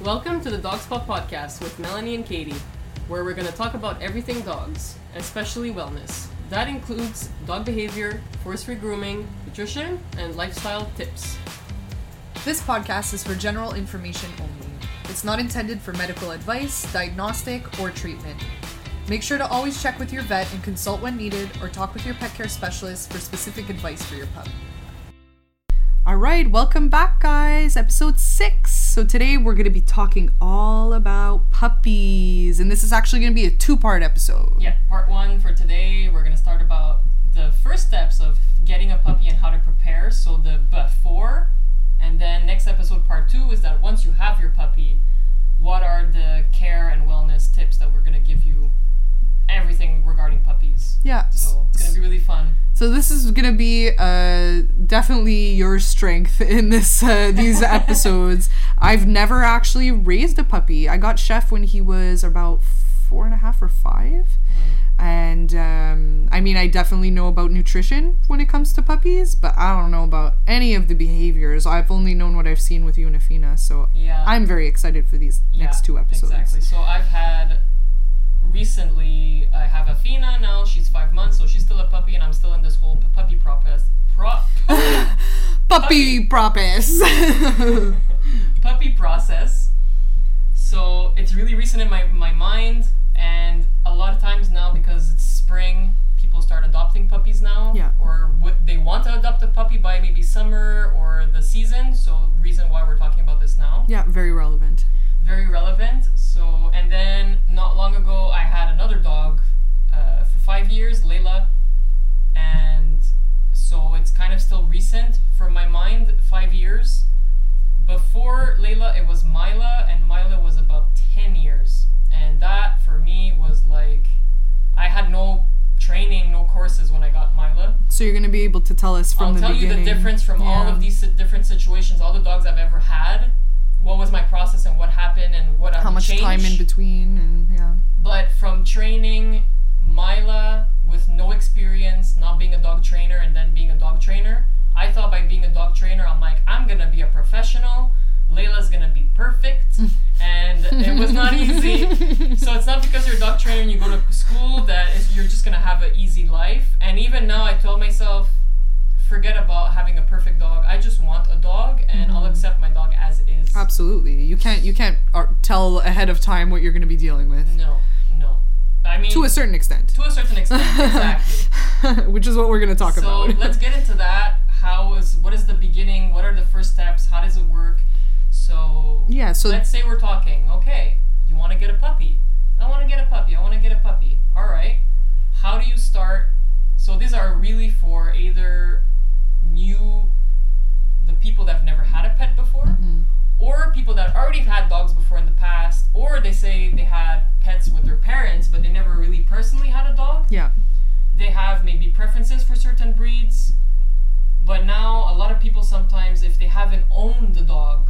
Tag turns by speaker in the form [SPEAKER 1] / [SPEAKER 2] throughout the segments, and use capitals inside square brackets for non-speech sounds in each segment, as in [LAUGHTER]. [SPEAKER 1] Welcome to the Dog Spot Podcast with Melanie and Katie, where we're going to talk about everything dogs, especially wellness. That includes dog behavior, force free grooming, nutrition, and lifestyle tips.
[SPEAKER 2] This podcast is for general information only. It's not intended for medical advice, diagnostic, or treatment. Make sure to always check with your vet and consult when needed or talk with your pet care specialist for specific advice for your pup. All right, welcome back, guys. Episode six. So, today we're going to be talking all about puppies, and this is actually going to be a two part episode.
[SPEAKER 1] Yeah, part one for today, we're going to start about the first steps of getting a puppy and how to prepare, so the before. And then next episode, part two, is that once you have your puppy, what are the care and wellness tips that we're going to give you? Everything regarding puppies.
[SPEAKER 2] Yeah.
[SPEAKER 1] So it's going to be really fun.
[SPEAKER 2] So this is gonna be uh, definitely your strength [LAUGHS] in this uh, these episodes. I've never actually raised a puppy. I got Chef when he was about four and a half or five,
[SPEAKER 1] Mm.
[SPEAKER 2] and um, I mean I definitely know about nutrition when it comes to puppies, but I don't know about any of the behaviors. I've only known what I've seen with you and Afina, so
[SPEAKER 1] Yeah.
[SPEAKER 2] I'm very excited for these next two episodes.
[SPEAKER 1] Exactly. So I've had recently. I have Athena now. She's five months, so she's still a puppy, and I'm still in this whole p- puppy process. Pro- [LAUGHS]
[SPEAKER 2] Puppy proppers.
[SPEAKER 1] puppy process. So it's really recent in my my mind, and a lot of times now because it's spring, people start adopting puppies now.
[SPEAKER 2] Yeah.
[SPEAKER 1] Or what they want to adopt a puppy by maybe summer or the season. So reason why we're talking about this now.
[SPEAKER 2] [LAUGHS] yeah, very relevant.
[SPEAKER 1] very relevant. So, and then not long ago, I had another dog uh, for five years, Layla, and so it's kind of still recent from my mind. Five years before Layla, it was Mila, and Mila was about ten years, and that for me was like I had no training, no courses when I got Mila.
[SPEAKER 2] So you're gonna be able to tell us from
[SPEAKER 1] I'll
[SPEAKER 2] the
[SPEAKER 1] tell
[SPEAKER 2] beginning.
[SPEAKER 1] you the difference from all
[SPEAKER 2] Yeah.
[SPEAKER 1] of these si- different situations, all the dogs I've ever had. What was my process and what happened and what I
[SPEAKER 2] How
[SPEAKER 1] would
[SPEAKER 2] much
[SPEAKER 1] change.
[SPEAKER 2] time in between and yeah.
[SPEAKER 1] But from training Mila with no experience, not being a dog trainer, and then being a dog trainer, I thought by being a dog trainer, I'm like, I'm gonna be a professional. Layla's gonna be
[SPEAKER 2] [LAUGHS]
[SPEAKER 1] perfect, and it was not easy. So it's not because you're a dog trainer and you go to school that is, you're just gonna have an easy life. And even now, I told myself, forget about having a perfect dog. I just want a dog, and
[SPEAKER 2] Mm-hmm.
[SPEAKER 1] I'll accept my dog as is.
[SPEAKER 2] Absolutely. You can't you can't uh, tell ahead of time what you're gonna be dealing with.
[SPEAKER 1] No, no. I mean,
[SPEAKER 2] To a certain extent.
[SPEAKER 1] to a certain
[SPEAKER 2] [LAUGHS]
[SPEAKER 1] extent, exactly.
[SPEAKER 2] Which is what we're gonna talk
[SPEAKER 1] so
[SPEAKER 2] about. [LAUGHS]
[SPEAKER 1] let's get into that. How is what is the beginning? What are the first steps? How does it work? So
[SPEAKER 2] yeah, so
[SPEAKER 1] let's say we're talking. Okay, you want to get a puppy. I want to get a puppy. I want to get a puppy. All right. How do you start? So these are really for either new, the people that've never had a pet before,
[SPEAKER 2] Mm-hmm.
[SPEAKER 1] or people that already had dogs before in the past, or they say they had pets with their parents but they never really personally had a dog
[SPEAKER 2] yeah.
[SPEAKER 1] they have maybe preferences for certain breeds but now a lot of people sometimes if they haven't owned the dog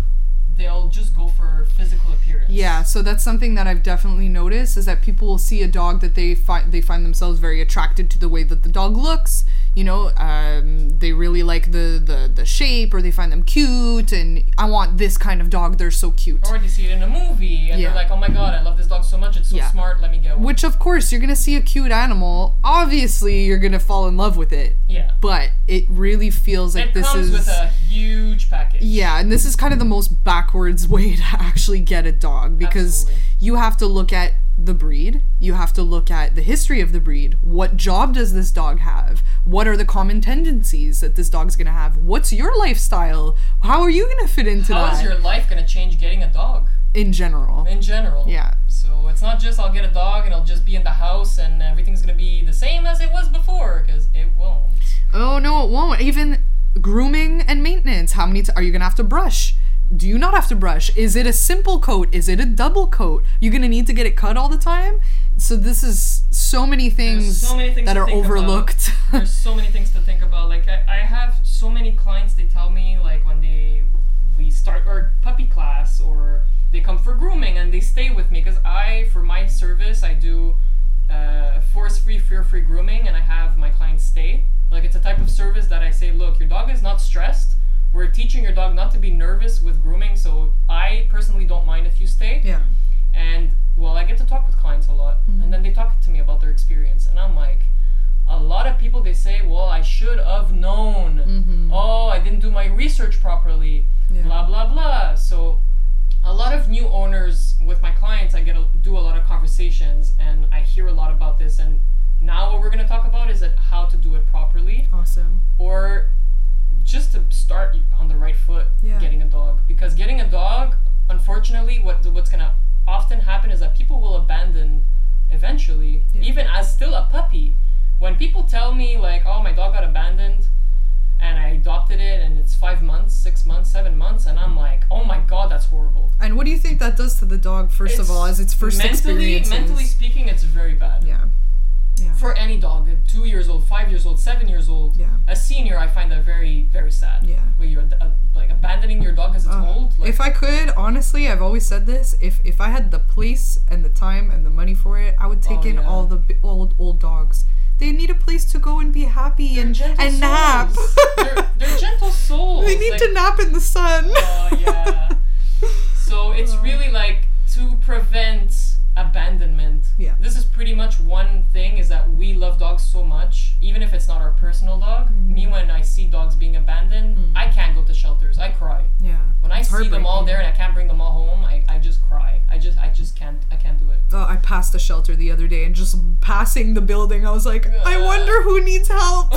[SPEAKER 1] they'll just go for physical appearance
[SPEAKER 2] Yeah, so that's something that I've definitely noticed is that people will see a dog that they find they find themselves very attracted to the way that the dog looks. You know, um, they really like the, the the shape, or they find them cute, and I want this kind of dog. They're so cute.
[SPEAKER 1] or they see it in a movie and
[SPEAKER 2] Yeah.
[SPEAKER 1] they're like oh my god i love this dog so much it's so
[SPEAKER 2] Yeah.
[SPEAKER 1] smart let me get one
[SPEAKER 2] Which, of course, you're gonna see a cute animal. Obviously, you're gonna fall in love with it.
[SPEAKER 1] yeah
[SPEAKER 2] But it really feels like
[SPEAKER 1] it
[SPEAKER 2] this
[SPEAKER 1] comes
[SPEAKER 2] is.
[SPEAKER 1] with a huge package
[SPEAKER 2] yeah, and this is kind of the most backwards [LAUGHS] way to actually get a dog because
[SPEAKER 1] Absolutely.
[SPEAKER 2] you have to look at the breed, you have to look at the history of the breed. What job does this dog have? What are the common tendencies that this dog's gonna have? What's your lifestyle? How are you gonna fit into
[SPEAKER 1] how
[SPEAKER 2] that
[SPEAKER 1] is your life gonna change getting a dog
[SPEAKER 2] in general?
[SPEAKER 1] in general
[SPEAKER 2] yeah.
[SPEAKER 1] so it's not just i'll get a dog and i'll just be in the house and everything's gonna be the same as it was before because it won't
[SPEAKER 2] Oh no, it won't. Even grooming and maintenance. How many t- are you gonna have to brush? Do you not have to brush? Is it a simple coat? Is it a double coat? You're gonna need to get it cut all the time. So this is so many things,
[SPEAKER 1] so many things
[SPEAKER 2] that
[SPEAKER 1] to
[SPEAKER 2] are
[SPEAKER 1] think about.
[SPEAKER 2] overlooked.
[SPEAKER 1] [LAUGHS] there's so many things to think about. Like I, I have so many clients they tell me like when they we start our puppy class or they come for grooming and they stay with me because I for my service I do uh, force free fear free grooming and I have my clients stay. Like it's a type of service that I say, look, your dog is not stressed. We're teaching your dog not to be nervous with grooming. So I personally don't mind if you stay.
[SPEAKER 2] Yeah.
[SPEAKER 1] And well, I get to talk with clients a lot,
[SPEAKER 2] Mm-hmm.
[SPEAKER 1] and then they talk to me about their experience, and I'm like, a lot of people they say, well, I should have known.
[SPEAKER 2] Mm-hmm.
[SPEAKER 1] Oh, I didn't do my research properly.
[SPEAKER 2] yeah.
[SPEAKER 1] Blah blah blah. So, a lot of new owners with my clients, I get a, do a lot of conversations, and I hear a lot about this. And now what we're gonna talk about is that how to do it properly
[SPEAKER 2] Awesome.
[SPEAKER 1] or just to start on the right foot
[SPEAKER 2] Yeah.
[SPEAKER 1] getting a dog because getting a dog unfortunately what what's going to often happen is that people will abandon eventually
[SPEAKER 2] Yeah.
[SPEAKER 1] even as still a puppy when people tell me like oh my dog got abandoned and I adopted it and it's 5 months, 6 months, 7 months and I'm like oh my god that's horrible
[SPEAKER 2] And what do you think that does to the dog? First of
[SPEAKER 1] It's
[SPEAKER 2] all, as its first
[SPEAKER 1] mentally
[SPEAKER 2] experience.
[SPEAKER 1] mentally speaking it's very bad
[SPEAKER 2] Yeah. Yeah.
[SPEAKER 1] for any dog 2 years old, 5 years old, 7 years old
[SPEAKER 2] yeah.
[SPEAKER 1] a senior I find that very very sad
[SPEAKER 2] Yeah.
[SPEAKER 1] where you're uh, like abandoning your dog because it's
[SPEAKER 2] Ugh.
[SPEAKER 1] old. Like,
[SPEAKER 2] Uh, if I could, honestly, I've always said this. If if I had the place and the time and the money for it, I would take
[SPEAKER 1] Oh,
[SPEAKER 2] in
[SPEAKER 1] yeah.
[SPEAKER 2] all the b- old old dogs. They need a place to go and be happy
[SPEAKER 1] they're
[SPEAKER 2] and
[SPEAKER 1] gentle
[SPEAKER 2] and
[SPEAKER 1] souls.
[SPEAKER 2] nap. [LAUGHS]
[SPEAKER 1] they're, they're gentle souls.
[SPEAKER 2] they need
[SPEAKER 1] like,
[SPEAKER 2] to nap in the sun.
[SPEAKER 1] Oh yeah.
[SPEAKER 2] [LAUGHS]
[SPEAKER 1] So it's
[SPEAKER 2] Oh.
[SPEAKER 1] really like to prevent abandonment.
[SPEAKER 2] Yeah.
[SPEAKER 1] This is pretty much one thing is that we love dogs so much, even if it's not our personal dog. Me when I see dogs being abandoned,
[SPEAKER 2] Mm-hmm. Mm.
[SPEAKER 1] I can't go to shelters. I cry.
[SPEAKER 2] [LAUGHS] Yeah.
[SPEAKER 1] When I
[SPEAKER 2] It's
[SPEAKER 1] see them all
[SPEAKER 2] heartbreaking.
[SPEAKER 1] there and I can't bring them all home, I, I just cry. I just I just can't I can't
[SPEAKER 2] [LAUGHS]
[SPEAKER 1] do it. [LAUGHS]
[SPEAKER 2] Oh, I passed a shelter the other day and just passing the building, I was like, I
[SPEAKER 1] Ugh.
[SPEAKER 2] wonder who needs
[SPEAKER 1] [LAUGHS]
[SPEAKER 2] help.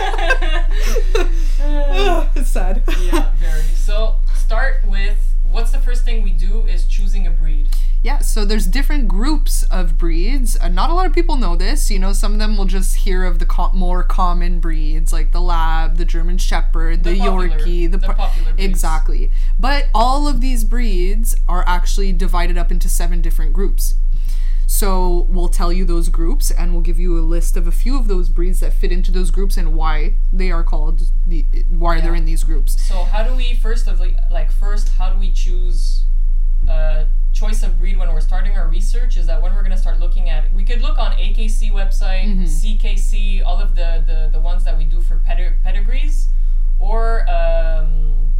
[SPEAKER 2] [LAUGHS]
[SPEAKER 1] Uh,
[SPEAKER 2] Ugh, it's sad. [LAUGHS]
[SPEAKER 1] yeah, very. So start with what's the first thing we do is choosing a breed.
[SPEAKER 2] Yeah, so there's different groups of breeds. Uh, not a lot of people know this. You know, some of them will just hear of the co- more common breeds like the Lab, the German Shepherd, the,
[SPEAKER 1] popular-
[SPEAKER 2] Yorkie, the,
[SPEAKER 1] the
[SPEAKER 2] par-
[SPEAKER 1] popular breeds.
[SPEAKER 2] exactly. But all of these breeds are actually divided up into seven different groups. So we'll tell you those groups, and we'll give you a list of a few of those breeds that fit into those groups and why they are called the why they're
[SPEAKER 1] Yeah.
[SPEAKER 2] in these groups.
[SPEAKER 1] So how do we first of like, like first how do we choose a choice of breed when we're starting our research? Is that when we're gonna start looking at? We could look on AKC website,
[SPEAKER 2] Mm-hmm.
[SPEAKER 1] CKC, all of the, the the ones that we do for pedi- pedigrees, or um,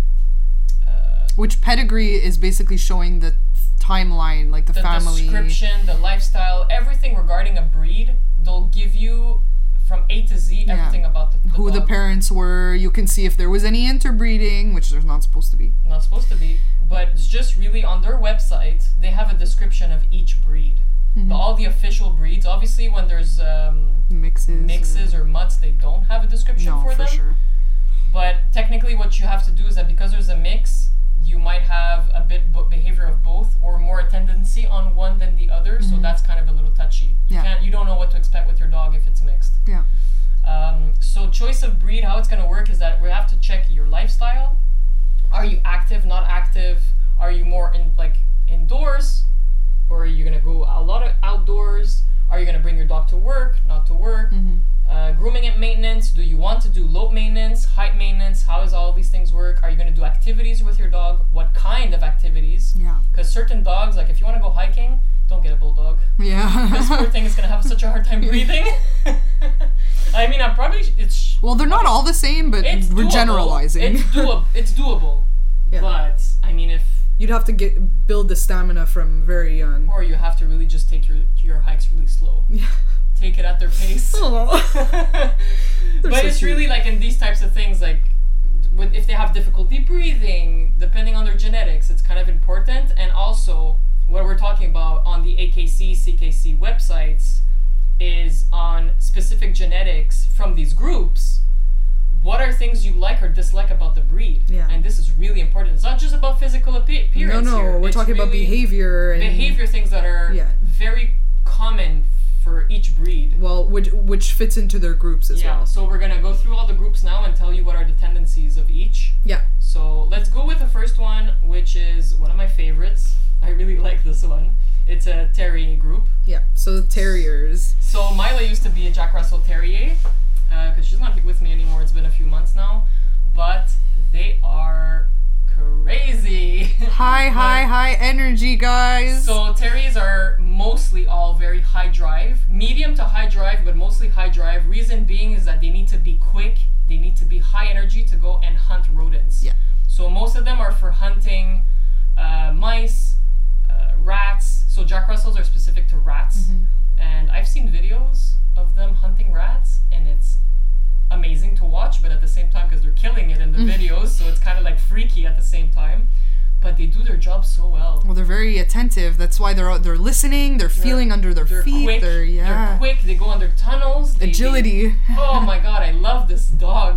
[SPEAKER 1] uh,
[SPEAKER 2] Which pedigree is basically showing the timeline, like the,
[SPEAKER 1] the
[SPEAKER 2] family.
[SPEAKER 1] description, the lifestyle, everything regarding a breed. They'll give you from A to Z
[SPEAKER 2] Yeah.
[SPEAKER 1] everything about the, the
[SPEAKER 2] who the
[SPEAKER 1] dog.
[SPEAKER 2] parents were. You can see if there was any interbreeding, which there's not supposed to be.
[SPEAKER 1] Not supposed to be, but it's just really on their website. They have a description of each breed, the, all the official breeds. Obviously, when there's um,
[SPEAKER 2] Mm-hmm. Mixes.
[SPEAKER 1] mixes or mutts, they don't have a description
[SPEAKER 2] No,
[SPEAKER 1] for,
[SPEAKER 2] for,
[SPEAKER 1] them.
[SPEAKER 2] sure.
[SPEAKER 1] But technically, what you have to do is that because there's a mix, you might have a bit bo- behavior of both, or more a tendency on one than the other. So that's kind of a little touchy. You
[SPEAKER 2] Yeah.
[SPEAKER 1] can't, you don't know what to expect with your dog if it's mixed.
[SPEAKER 2] Yeah.
[SPEAKER 1] Um, so choice of breed, how it's gonna work is that we have to check your lifestyle. Are you active, not active? Are you more in like indoors, or are you gonna go a lot of outdoors? Are you gonna bring your dog to work, not to work?
[SPEAKER 2] Mhm.
[SPEAKER 1] Uh, grooming and maintenance. Do you want to do load maintenance, height maintenance? How does all these things work? Are you gonna do activities with your dog? What kind of activities?
[SPEAKER 2] Yeah. [LAUGHS]
[SPEAKER 1] Because certain dogs, like if you want to go hiking, don't get a bulldog [LAUGHS] this poor
[SPEAKER 2] Yeah.
[SPEAKER 1] thing is gonna have such a hard time breathing. I mean, I'm probably it's
[SPEAKER 2] [LAUGHS] well, they're not all the same, but
[SPEAKER 1] it's
[SPEAKER 2] we're
[SPEAKER 1] doable.
[SPEAKER 2] generalizing. [LAUGHS]
[SPEAKER 1] It's doable. It's doable.
[SPEAKER 2] Yeah.
[SPEAKER 1] But I mean, if
[SPEAKER 2] You'd have to get build the stamina from very young.
[SPEAKER 1] or you have to really just take your your hikes really slow.
[SPEAKER 2] Yeah. Oh,
[SPEAKER 1] Take it at their
[SPEAKER 2] [LAUGHS]
[SPEAKER 1] pace. [LAUGHS] but
[SPEAKER 2] so
[SPEAKER 1] it's
[SPEAKER 2] cute.
[SPEAKER 1] really like in these types of things, like with, if they have difficulty breathing, depending on their genetics, it's kind of important. And also, what we're talking about on the AKC, CKC websites is on specific genetics from these groups. What are things you like or dislike about the breed?
[SPEAKER 2] Yeah.
[SPEAKER 1] And this is really important. It's not just about physical appe-
[SPEAKER 2] no,
[SPEAKER 1] appearance.
[SPEAKER 2] no,
[SPEAKER 1] here.
[SPEAKER 2] we're
[SPEAKER 1] It's
[SPEAKER 2] talking about
[SPEAKER 1] really-
[SPEAKER 2] behavior and
[SPEAKER 1] behavior things that are
[SPEAKER 2] Yeah.
[SPEAKER 1] very common for each breed.
[SPEAKER 2] Well, which which fits into their groups as
[SPEAKER 1] Yeah,
[SPEAKER 2] well.
[SPEAKER 1] so we're gonna go through all the groups now and tell you what are the tendencies of each.
[SPEAKER 2] Yeah.
[SPEAKER 1] So let's go with the first one, which is one of my favorites. I really like this one. It's a terrier group.
[SPEAKER 2] Yeah. So terriers.
[SPEAKER 1] So Mila used to be a Jack Russell Terrier, because she's not with me anymore. It's been a few months now, but they are crazy.
[SPEAKER 2] High, high,
[SPEAKER 1] Like,
[SPEAKER 2] high energy, guys.
[SPEAKER 1] So Terries are mostly all very high drive, medium to high drive, but mostly high drive. Reason being is that they need to be quick, they need to be high energy to go and hunt rodents.
[SPEAKER 2] Yeah.
[SPEAKER 1] most of them are for hunting uh, mice, uh, rats. So Jack Russells are specific to rats,
[SPEAKER 2] Mm-hmm.
[SPEAKER 1] and I've seen videos of them hunting rats, and it's amazing to watch. But at the same time, because they're killing it in the videos, so it's kind of like freaky at the same time. But they do their job so well.
[SPEAKER 2] Well, they're very attentive. That's why they're out- they're listening. They're feeling under their
[SPEAKER 1] They're
[SPEAKER 2] feet.
[SPEAKER 1] quick.
[SPEAKER 2] They're yeah.
[SPEAKER 1] They're quick. They go under tunnels. They, they-
[SPEAKER 2] Agility.
[SPEAKER 1] oh
[SPEAKER 2] [LAUGHS]
[SPEAKER 1] my god, I love this dog.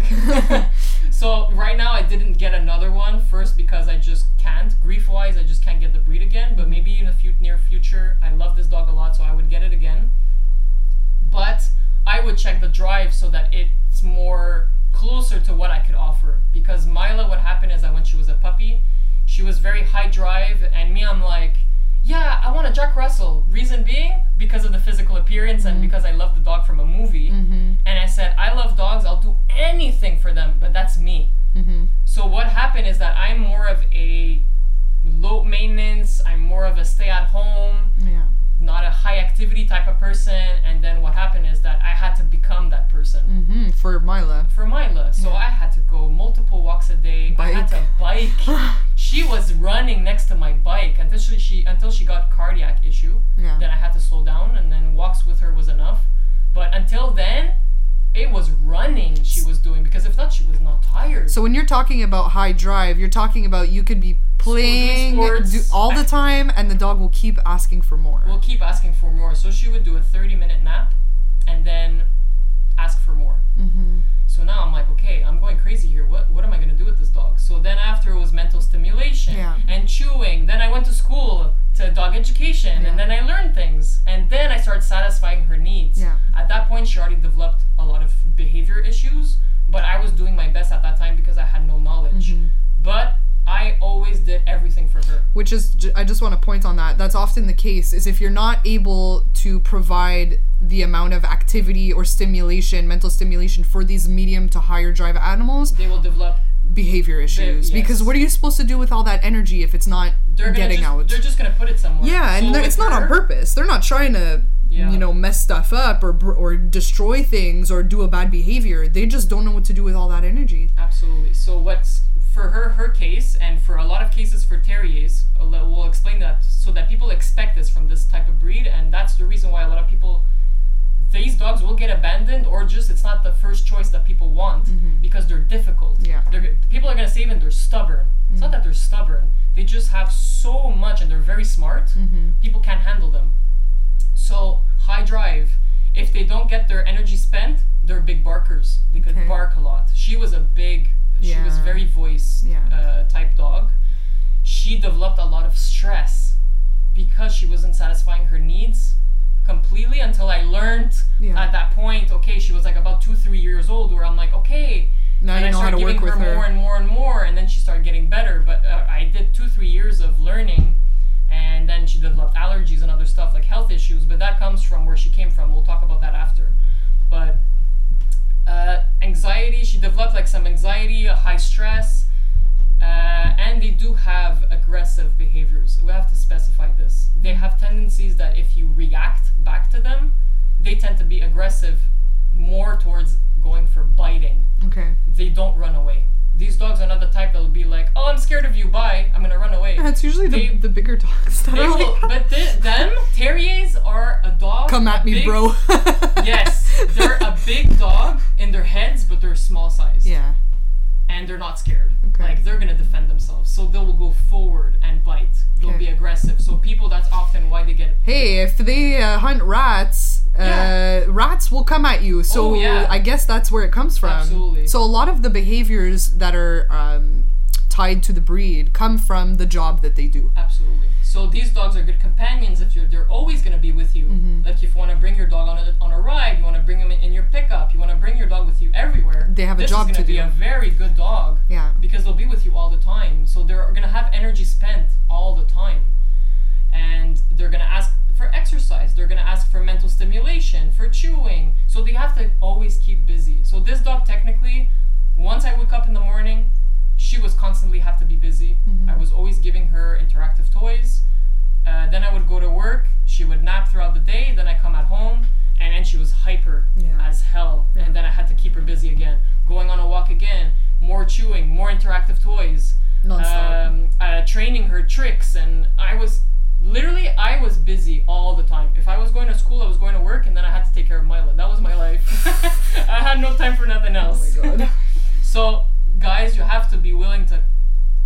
[SPEAKER 1] so right now I didn't get another one first because I just can't. Grief wise, I just can't get the breed again. But maybe in a few near future, I love this dog a lot, so I would get it again. But I would check the drive so that it's more closer to what I could offer. Because Mila, what happened is that when she was a puppy, she was very high drive, and me, I'm like, yeah, I want a Jack Russell. Reason being, because of the physical appearance and because I love the dog from a movie.
[SPEAKER 2] Mm-hmm,
[SPEAKER 1] And I said, I love dogs, I'll do anything for them, but that's me.
[SPEAKER 2] Mhm.
[SPEAKER 1] So what happened is that I'm more of a low maintenance, I'm more of a stay at home,
[SPEAKER 2] Yeah.
[SPEAKER 1] not a high activity type of person. And then what happened is that I had to become that person
[SPEAKER 2] hmm For Mila.
[SPEAKER 1] [SIGHS] for Mila. So I had to go multiple walks a day. I had to
[SPEAKER 2] [LAUGHS]
[SPEAKER 1] bike. she was running next to my bike until she, she until she got cardiac issue.
[SPEAKER 2] Yeah.
[SPEAKER 1] Then I had to slow down, and then walks with her was enough. But until then, it was running she was doing because if not, she was not tired.
[SPEAKER 2] So when you're talking about high drive, you're talking about you could be playing
[SPEAKER 1] sports.
[SPEAKER 2] do, all the time, and the dog will keep asking for more.
[SPEAKER 1] we'll keep asking for more. So she would do a 30 minute nap, and then ask for more.
[SPEAKER 2] mm-hmm.
[SPEAKER 1] So now I'm like, okay, I'm going crazy here. What what am I gonna do with this dog? So then after it was mental stimulation
[SPEAKER 2] Yeah.
[SPEAKER 1] and chewing. Then I went to school to dog education,
[SPEAKER 2] Yeah.
[SPEAKER 1] and then I learned things, and then I started satisfying her needs.
[SPEAKER 2] Yeah.
[SPEAKER 1] At that point, she already developed a lot of behavior issues, but I was doing my best at that time because I had no knowledge.
[SPEAKER 2] Mm-hmm.
[SPEAKER 1] But I always did everything for her.
[SPEAKER 2] which is ju- i just want to point on that that's often the case is if you're not able to provide the amount of activity or stimulation mental stimulation for these medium to higher drive animals
[SPEAKER 1] They will develop.
[SPEAKER 2] behavior issues because
[SPEAKER 1] yes.
[SPEAKER 2] what are you supposed to do with all that energy if it's not
[SPEAKER 1] They're gonna
[SPEAKER 2] getting
[SPEAKER 1] just,
[SPEAKER 2] out
[SPEAKER 1] They're just gonna put it somewhere.
[SPEAKER 2] yeah and
[SPEAKER 1] So
[SPEAKER 2] they're- it's
[SPEAKER 1] with
[SPEAKER 2] not on
[SPEAKER 1] her-
[SPEAKER 2] purpose they're not trying to
[SPEAKER 1] Yeah.
[SPEAKER 2] you know mess stuff up or br- or destroy things or do a bad behavior they just don't know what to do with all that energy
[SPEAKER 1] Absolutely. So what's for her her case and for a lot of cases for terriers, I'll let- we'll explain that so that people expect this from this type of breed, and that's the reason why a lot of people these dogs will get abandoned or just it's not the first choice that people want because they're difficult.
[SPEAKER 2] Yeah.
[SPEAKER 1] They're, g- people are gonna say even they're stubborn. It's not that they're stubborn. They just have so much and they're very smart.
[SPEAKER 2] Mm-hmm.
[SPEAKER 1] People can't handle them. So high drive. If they don't get their energy spent, they're big barkers. They could
[SPEAKER 2] Okay.
[SPEAKER 1] bark a lot. She was a big. She was
[SPEAKER 2] Yeah.
[SPEAKER 1] very voice
[SPEAKER 2] Yeah.
[SPEAKER 1] uh, type dog. She developed a lot of stress because she wasn't satisfying her needs completely until I learned
[SPEAKER 2] Yeah.
[SPEAKER 1] at that point. Okay, she was like about two, three years old, where I'm like, okay,
[SPEAKER 2] now
[SPEAKER 1] and
[SPEAKER 2] you
[SPEAKER 1] I
[SPEAKER 2] know how
[SPEAKER 1] started
[SPEAKER 2] to
[SPEAKER 1] giving
[SPEAKER 2] work with
[SPEAKER 1] her, more
[SPEAKER 2] her
[SPEAKER 1] and more and more, and then she started getting better. But uh, I did two, three years of learning, and then she developed allergies and other stuff like health issues. But that comes from where she came from. We'll talk about that after. But uh, anxiety, she developed like some anxiety, a high stress, uh, and they do have aggressive behaviors. We have to specify this. They have tendencies that if you react back to them, they tend to be aggressive more towards going for biting
[SPEAKER 2] okay
[SPEAKER 1] they don't run away. These dogs are not the type that will be like, "Oh, I'm scared of you. Bye. I'm gonna run away."
[SPEAKER 2] that's usually the,
[SPEAKER 1] They-
[SPEAKER 2] the bigger dogs that
[SPEAKER 1] They
[SPEAKER 2] are
[SPEAKER 1] will,
[SPEAKER 2] like
[SPEAKER 1] but the, them terriers are a dog.
[SPEAKER 2] come at
[SPEAKER 1] a
[SPEAKER 2] me,
[SPEAKER 1] big-
[SPEAKER 2] bro.
[SPEAKER 1] [LAUGHS] yes,
[SPEAKER 2] [LAUGHS]
[SPEAKER 1] they're a big dog in their heads, but they're small size.
[SPEAKER 2] Yeah.
[SPEAKER 1] and they're not scared.
[SPEAKER 2] Okay.
[SPEAKER 1] Like they're gonna defend themselves, so they will go forward and bite. They'll
[SPEAKER 2] Okay.
[SPEAKER 1] be aggressive. So people, that's often why they get.
[SPEAKER 2] Hey, if they uh, hunt rats, uh,
[SPEAKER 1] Yeah.
[SPEAKER 2] rats will come at you. So
[SPEAKER 1] Oh, yeah.
[SPEAKER 2] I guess that's where it comes from.
[SPEAKER 1] Absolutely.
[SPEAKER 2] So a lot of the behaviors that are um, tied to the breed come from the job that they do.
[SPEAKER 1] Absolutely. So these dogs are good companions. If you're, they're always gonna be with you.
[SPEAKER 2] Mm-hmm.
[SPEAKER 1] Like if you want to bring your dog on a on a ride, you want to bring him in, in your pickup, you want to bring your dog with you everywhere.
[SPEAKER 2] They have a
[SPEAKER 1] this
[SPEAKER 2] job
[SPEAKER 1] is
[SPEAKER 2] to
[SPEAKER 1] gonna be
[SPEAKER 2] do.
[SPEAKER 1] a very good dog
[SPEAKER 2] Yeah.
[SPEAKER 1] because they'll be with you all the time. So they're gonna have energy spent all the time, and they're gonna ask for exercise. They're gonna ask for mental stimulation, for chewing. So they have to always keep busy. So this dog technically, once I woke up in the morning, she was constantly have to be busy.
[SPEAKER 2] Mm-hmm.
[SPEAKER 1] I was always giving her interactive toys. Uh, then I would go to work. She would nap throughout the day. Then I come at home, and then she was hyper
[SPEAKER 2] Yeah.
[SPEAKER 1] as hell. And then I had to keep her busy again. Going on a walk again. More chewing. More interactive toys. uh,
[SPEAKER 2] Nonstop.
[SPEAKER 1] Um, tricks and I was literally I was busy all the time. If I was going to school, I was going to work and then I had to take care of Mila. That was my life. [LAUGHS] I had no time for nothing else.
[SPEAKER 2] Oh my
[SPEAKER 1] [LAUGHS]
[SPEAKER 2] god.
[SPEAKER 1] So, guys, you have to be willing to.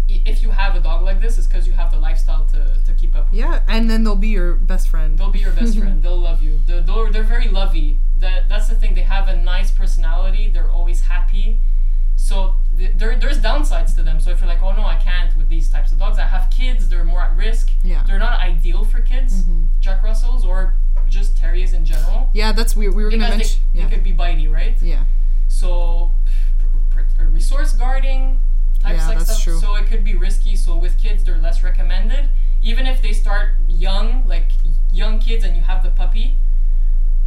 [SPEAKER 1] i- If you have a dog like this, it's because you have the lifestyle to, to keep up. with.
[SPEAKER 2] yeah, and then they'll be your best friend.
[SPEAKER 1] They'll be your
[SPEAKER 2] [LAUGHS]
[SPEAKER 1] best friend. They'll love you. They're, they're, they're very lovey. That that's the thing. They have a nice personality. They're always happy. So th- there there's downsides to them. So if you're like, oh no, I can't with these types of dogs. I have kids. They're more at risk.
[SPEAKER 2] Yeah.
[SPEAKER 1] They're not ideal for kids.
[SPEAKER 2] Mhm.
[SPEAKER 1] Jack Russells or just terriers in general.
[SPEAKER 2] Yeah, that's weird. We were gonna
[SPEAKER 1] because
[SPEAKER 2] mention.
[SPEAKER 1] they,
[SPEAKER 2] yeah.
[SPEAKER 1] they could be bitey, right?
[SPEAKER 2] yeah.
[SPEAKER 1] So, pr- pr- pr- resource guarding types
[SPEAKER 2] Yeah,
[SPEAKER 1] like
[SPEAKER 2] that's
[SPEAKER 1] stuff.
[SPEAKER 2] true.
[SPEAKER 1] So it could be risky. So with kids, they're less recommended. Even if they start young, like young kids, and you have the puppy.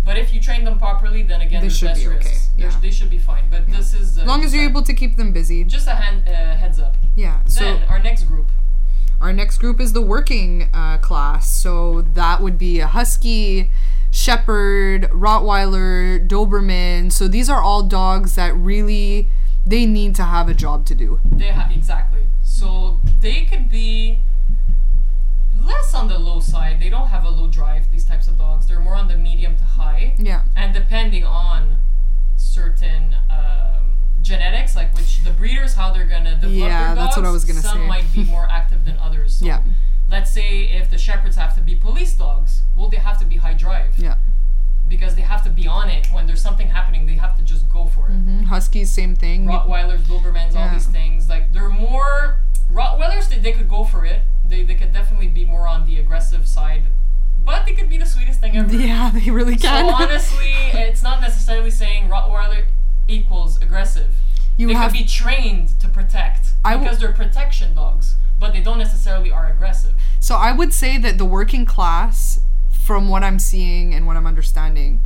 [SPEAKER 1] But if you train them properly, then again,
[SPEAKER 2] They
[SPEAKER 1] there's
[SPEAKER 2] should
[SPEAKER 1] less
[SPEAKER 2] be okay,
[SPEAKER 1] risks. There's-
[SPEAKER 2] yeah.
[SPEAKER 1] They should be fine. But
[SPEAKER 2] Yeah.
[SPEAKER 1] this is uh,
[SPEAKER 2] As long as
[SPEAKER 1] just
[SPEAKER 2] you're
[SPEAKER 1] a-
[SPEAKER 2] able to keep them busy.
[SPEAKER 1] Just a hand, uh, heads up.
[SPEAKER 2] Yeah. So
[SPEAKER 1] then our next group.
[SPEAKER 2] our next group is the working uh, class. So that would be a husky, shepherd, Rottweiler, Doberman. So these are all dogs that really they need to have a job to do.
[SPEAKER 1] They ha- exactly. So they could be less on the low side. They don't have a low drive. These types of dogs. They're more on the medium to high.
[SPEAKER 2] Yeah.
[SPEAKER 1] and depending on certain um, genetics, like which the breeders how they're gonna develop
[SPEAKER 2] Yeah,
[SPEAKER 1] their dogs,
[SPEAKER 2] that's what I was gonna
[SPEAKER 1] some
[SPEAKER 2] say.
[SPEAKER 1] might be
[SPEAKER 2] [LAUGHS]
[SPEAKER 1] more active than others. So
[SPEAKER 2] Yeah.
[SPEAKER 1] Let's say if the shepherds have to be police dogs, well, they have to be high drive
[SPEAKER 2] Yeah.
[SPEAKER 1] because they have to be on it when there's something happening. They have to just go for it.
[SPEAKER 2] hmm Huskies, same thing.
[SPEAKER 1] Rottweilers, Dobermans, all
[SPEAKER 2] Mm-hmm. Yeah.
[SPEAKER 1] these things. Like they're more Rottweilers. They, they could go for it. They they could definitely be more on the aggressive side, but they could be the sweetest thing ever.
[SPEAKER 2] [LAUGHS] [LAUGHS] Yeah, they really
[SPEAKER 1] So
[SPEAKER 2] can.
[SPEAKER 1] honestly, it's not necessarily saying Rottweiler equals aggressive.
[SPEAKER 2] [LAUGHS] you
[SPEAKER 1] they
[SPEAKER 2] have
[SPEAKER 1] could be trained to protect
[SPEAKER 2] I w-
[SPEAKER 1] because they're protection dogs, but they don't necessarily are aggressive.
[SPEAKER 2] So I would say that the working class, from what I'm seeing and what I'm understanding,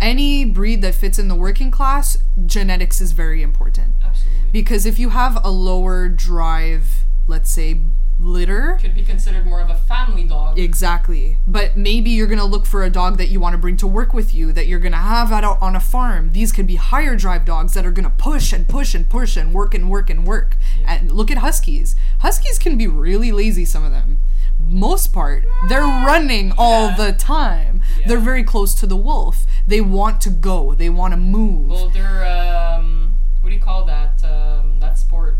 [SPEAKER 2] any breed that fits in the working class, genetics is very important.
[SPEAKER 1] Absolutely,
[SPEAKER 2] Because if you have a lower drive, let's say, litter,
[SPEAKER 1] could be considered more of a family dog.
[SPEAKER 2] exactly. But maybe you're going to look for a dog that you want to bring to work with you, that you're going to have at a, on a farm. These could be higher drive dogs that are going to push and push and push and work and work and work. And look at huskies. Huskies can be really lazy, some of them. Most part, they're running all
[SPEAKER 1] Yeah.
[SPEAKER 2] the time. They're
[SPEAKER 1] Yeah.
[SPEAKER 2] very close to the wolf. They want to go, they want to move.
[SPEAKER 1] Well, they're um, what do you call that? Um, that sport.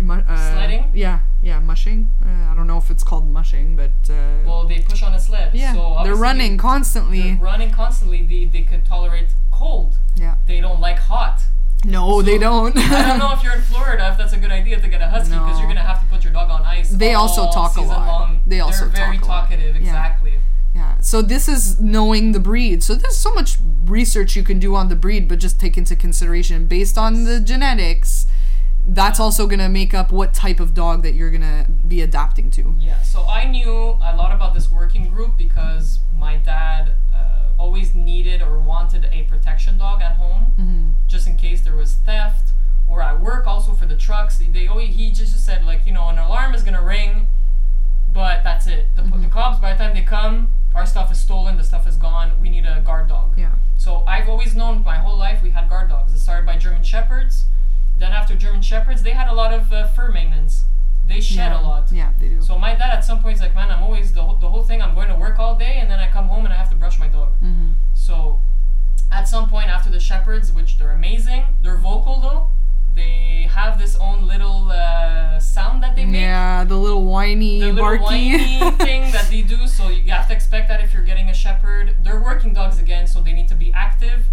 [SPEAKER 2] Mu- uh,
[SPEAKER 1] Sledding?
[SPEAKER 2] Yeah, yeah, mushing. Uh, I don't know if it's called mushing, but uh,
[SPEAKER 1] Well, they push on a sled.
[SPEAKER 2] yeah,
[SPEAKER 1] so
[SPEAKER 2] they're
[SPEAKER 1] obviously
[SPEAKER 2] running constantly.
[SPEAKER 1] They're running constantly. They they could tolerate cold.
[SPEAKER 2] yeah.
[SPEAKER 1] They don't like hot.
[SPEAKER 2] No, they don't.
[SPEAKER 1] I don't
[SPEAKER 2] [LAUGHS]
[SPEAKER 1] know if you're in Florida if that's a good idea to get a husky because
[SPEAKER 2] No.
[SPEAKER 1] you're gonna have to put your dog on ice.
[SPEAKER 2] They also
[SPEAKER 1] all
[SPEAKER 2] talk a
[SPEAKER 1] season
[SPEAKER 2] lot.
[SPEAKER 1] Long.
[SPEAKER 2] They also
[SPEAKER 1] They're very
[SPEAKER 2] talk a lot.
[SPEAKER 1] talkative.
[SPEAKER 2] Yeah.
[SPEAKER 1] Exactly.
[SPEAKER 2] yeah. So this is knowing the breed. So there's so much research you can do on the breed, but just take into consideration based on the genetics. That's also gonna make up what type of dog that you're gonna be adapting to.
[SPEAKER 1] Yeah. So I knew a lot about this working group because my dad uh, always needed or wanted a protection dog at home,
[SPEAKER 2] Mm-hmm.
[SPEAKER 1] just in case there was theft or at work. Also for the trucks, they always, he just said like you know an alarm is gonna ring, but that's it. The,
[SPEAKER 2] Mm-hmm.
[SPEAKER 1] the cops by the time they come, our stuff is stolen. The stuff is gone. We need a guard dog.
[SPEAKER 2] Yeah.
[SPEAKER 1] So I've always known my whole life we had guard dogs. It started by German Shepherds. Then after German Shepherds, they had a lot of uh, fur maintenance. They shed
[SPEAKER 2] yeah.
[SPEAKER 1] a lot.
[SPEAKER 2] Yeah, they do.
[SPEAKER 1] So my dad at some point is like, man, I'm always the, whole- the whole thing. I'm going to work all day and then I come home and I have to brush my dog.
[SPEAKER 2] Mhm.
[SPEAKER 1] So at some point after the Shepherds, which they're amazing, they're vocal though. They have this own little uh, sound that they make.
[SPEAKER 2] Yeah, the little whiny,
[SPEAKER 1] The little
[SPEAKER 2] barky.
[SPEAKER 1] whiny
[SPEAKER 2] [LAUGHS]
[SPEAKER 1] thing that they do, so you have to expect that if you're getting a shepherd. They're working dogs again, so they need to be active.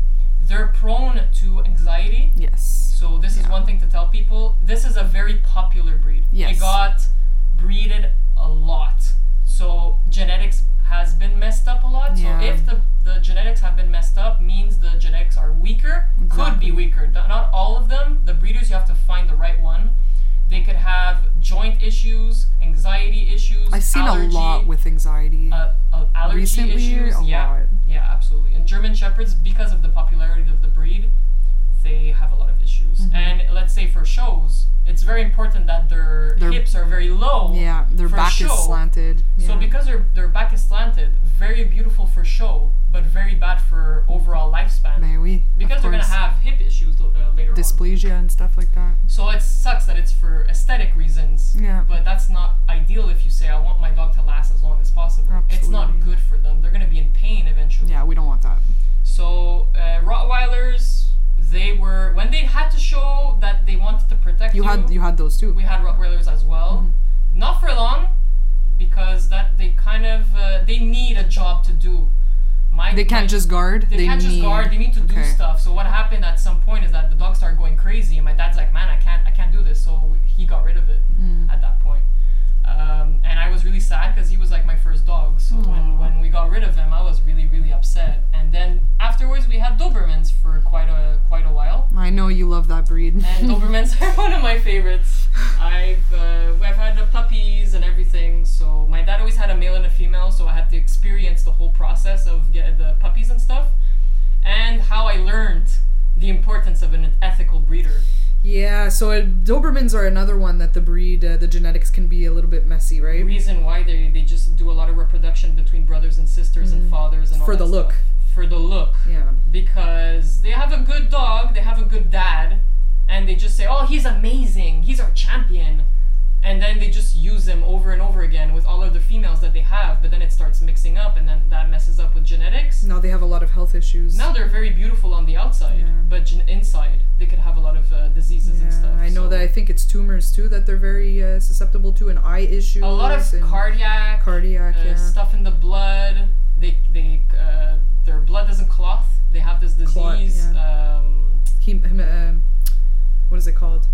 [SPEAKER 1] They're prone to anxiety,
[SPEAKER 2] yes.
[SPEAKER 1] so this is
[SPEAKER 2] Yeah.
[SPEAKER 1] one thing to tell people. This is a very popular breed.
[SPEAKER 2] Yes.
[SPEAKER 1] It got breeded a lot, so genetics has been messed up a lot.
[SPEAKER 2] Yeah.
[SPEAKER 1] So if the the genetics have been messed up, means the genetics are weaker. Could
[SPEAKER 2] Exactly.
[SPEAKER 1] be weaker. Not not all of them. The breeders you have to find the right one. They could have joint issues, anxiety issues.
[SPEAKER 2] I've seen a lot
[SPEAKER 1] allergy-
[SPEAKER 2] with anxiety
[SPEAKER 1] uh, uh, allergy
[SPEAKER 2] recently.
[SPEAKER 1] issues.
[SPEAKER 2] A
[SPEAKER 1] yeah,
[SPEAKER 2] lot.
[SPEAKER 1] yeah, absolutely. And German shepherds, because of the popularity of the breed, they have a lot of issues.
[SPEAKER 2] Mhm.
[SPEAKER 1] And let's say for shows, it's very important that their,
[SPEAKER 2] Their-
[SPEAKER 1] hips are very low.
[SPEAKER 2] Yeah, their
[SPEAKER 1] Oh, For
[SPEAKER 2] back
[SPEAKER 1] show.
[SPEAKER 2] is slanted.
[SPEAKER 1] So
[SPEAKER 2] yeah.
[SPEAKER 1] because their their back is slanted, very beautiful for show, but very bad for overall lifespan.
[SPEAKER 2] May we?
[SPEAKER 1] Because
[SPEAKER 2] of
[SPEAKER 1] they're gonna
[SPEAKER 2] course.
[SPEAKER 1] have hip issues l- uh, later on.
[SPEAKER 2] dysplasia and stuff like that.
[SPEAKER 1] So it sucks that it's for aesthetic reasons.
[SPEAKER 2] Yeah.
[SPEAKER 1] But that's not ideal if you say I want my dog to last as long as possible. It's not
[SPEAKER 2] Absolutely.
[SPEAKER 1] good for them. They're gonna be in pain eventually.
[SPEAKER 2] Yeah, we don't want that.
[SPEAKER 1] So uh, Rottweilers, they were when they had to show that they wanted to protect
[SPEAKER 2] You
[SPEAKER 1] you.
[SPEAKER 2] had you Mm-hmm. had those too.
[SPEAKER 1] we had Rottweilers as well, not for long, because that they kind of uh, they need a job to do. My
[SPEAKER 2] They
[SPEAKER 1] my-
[SPEAKER 2] can't just guard.
[SPEAKER 1] they, can't just
[SPEAKER 2] need-
[SPEAKER 1] guard. They need to do
[SPEAKER 2] okay.
[SPEAKER 1] stuff. So what happened at some point is that the dogs started going crazy, and my dad's like, "Man, I can't, I can't do this." So he got rid of it
[SPEAKER 2] Mm.
[SPEAKER 1] at that point. Um, and I was really sad because he was like my first dog. So when,
[SPEAKER 2] Aw.
[SPEAKER 1] when we got rid of him, I was really really upset. And then afterwards, we had Dobermans for quite a quite a while.
[SPEAKER 2] I know you love that breed. [LAUGHS]
[SPEAKER 1] And Dobermans [LAUGHS] are one of my favorites. I've uh, I've had the puppies and everything. So my dad always had a male and a female, so I had to experience the whole process of getting the puppies and stuff, and how I learned the importance of an ethical breeder.
[SPEAKER 2] yeah, so uh, Dobermans are another one that the breed, uh, the genetics can be a little bit messy,
[SPEAKER 1] The
[SPEAKER 2] right?
[SPEAKER 1] reason why they, they just do a lot of reproduction between brothers and sisters and fathers and all
[SPEAKER 2] Mm-hmm. For
[SPEAKER 1] that
[SPEAKER 2] the look.
[SPEAKER 1] stuff. For the look.
[SPEAKER 2] Yeah.
[SPEAKER 1] because they have a good dog, they have a good dad, and they just say, "Oh, he's amazing. He's our champion." And then they just use him over and over again with all of the females that they have, but then it starts mixing up and then that messes up with genetics.
[SPEAKER 2] Now they have a lot of health issues.
[SPEAKER 1] Now they're very beautiful on the outside,
[SPEAKER 2] Yeah.
[SPEAKER 1] but gen- inside they could have a lot of uh, diseases
[SPEAKER 2] Yeah,
[SPEAKER 1] and stuff.
[SPEAKER 2] I know
[SPEAKER 1] so
[SPEAKER 2] that. I think it's tumors too that they're very uh, susceptible to, and eye issues.
[SPEAKER 1] a lot of
[SPEAKER 2] and
[SPEAKER 1] cardiac
[SPEAKER 2] cardiac.
[SPEAKER 1] uh,
[SPEAKER 2] yeah.
[SPEAKER 1] stuff in the blood. They they uh, their blood doesn't clot. They have this
[SPEAKER 2] Clot,
[SPEAKER 1] disease. um,
[SPEAKER 2] Hem- hem- um, what is it called?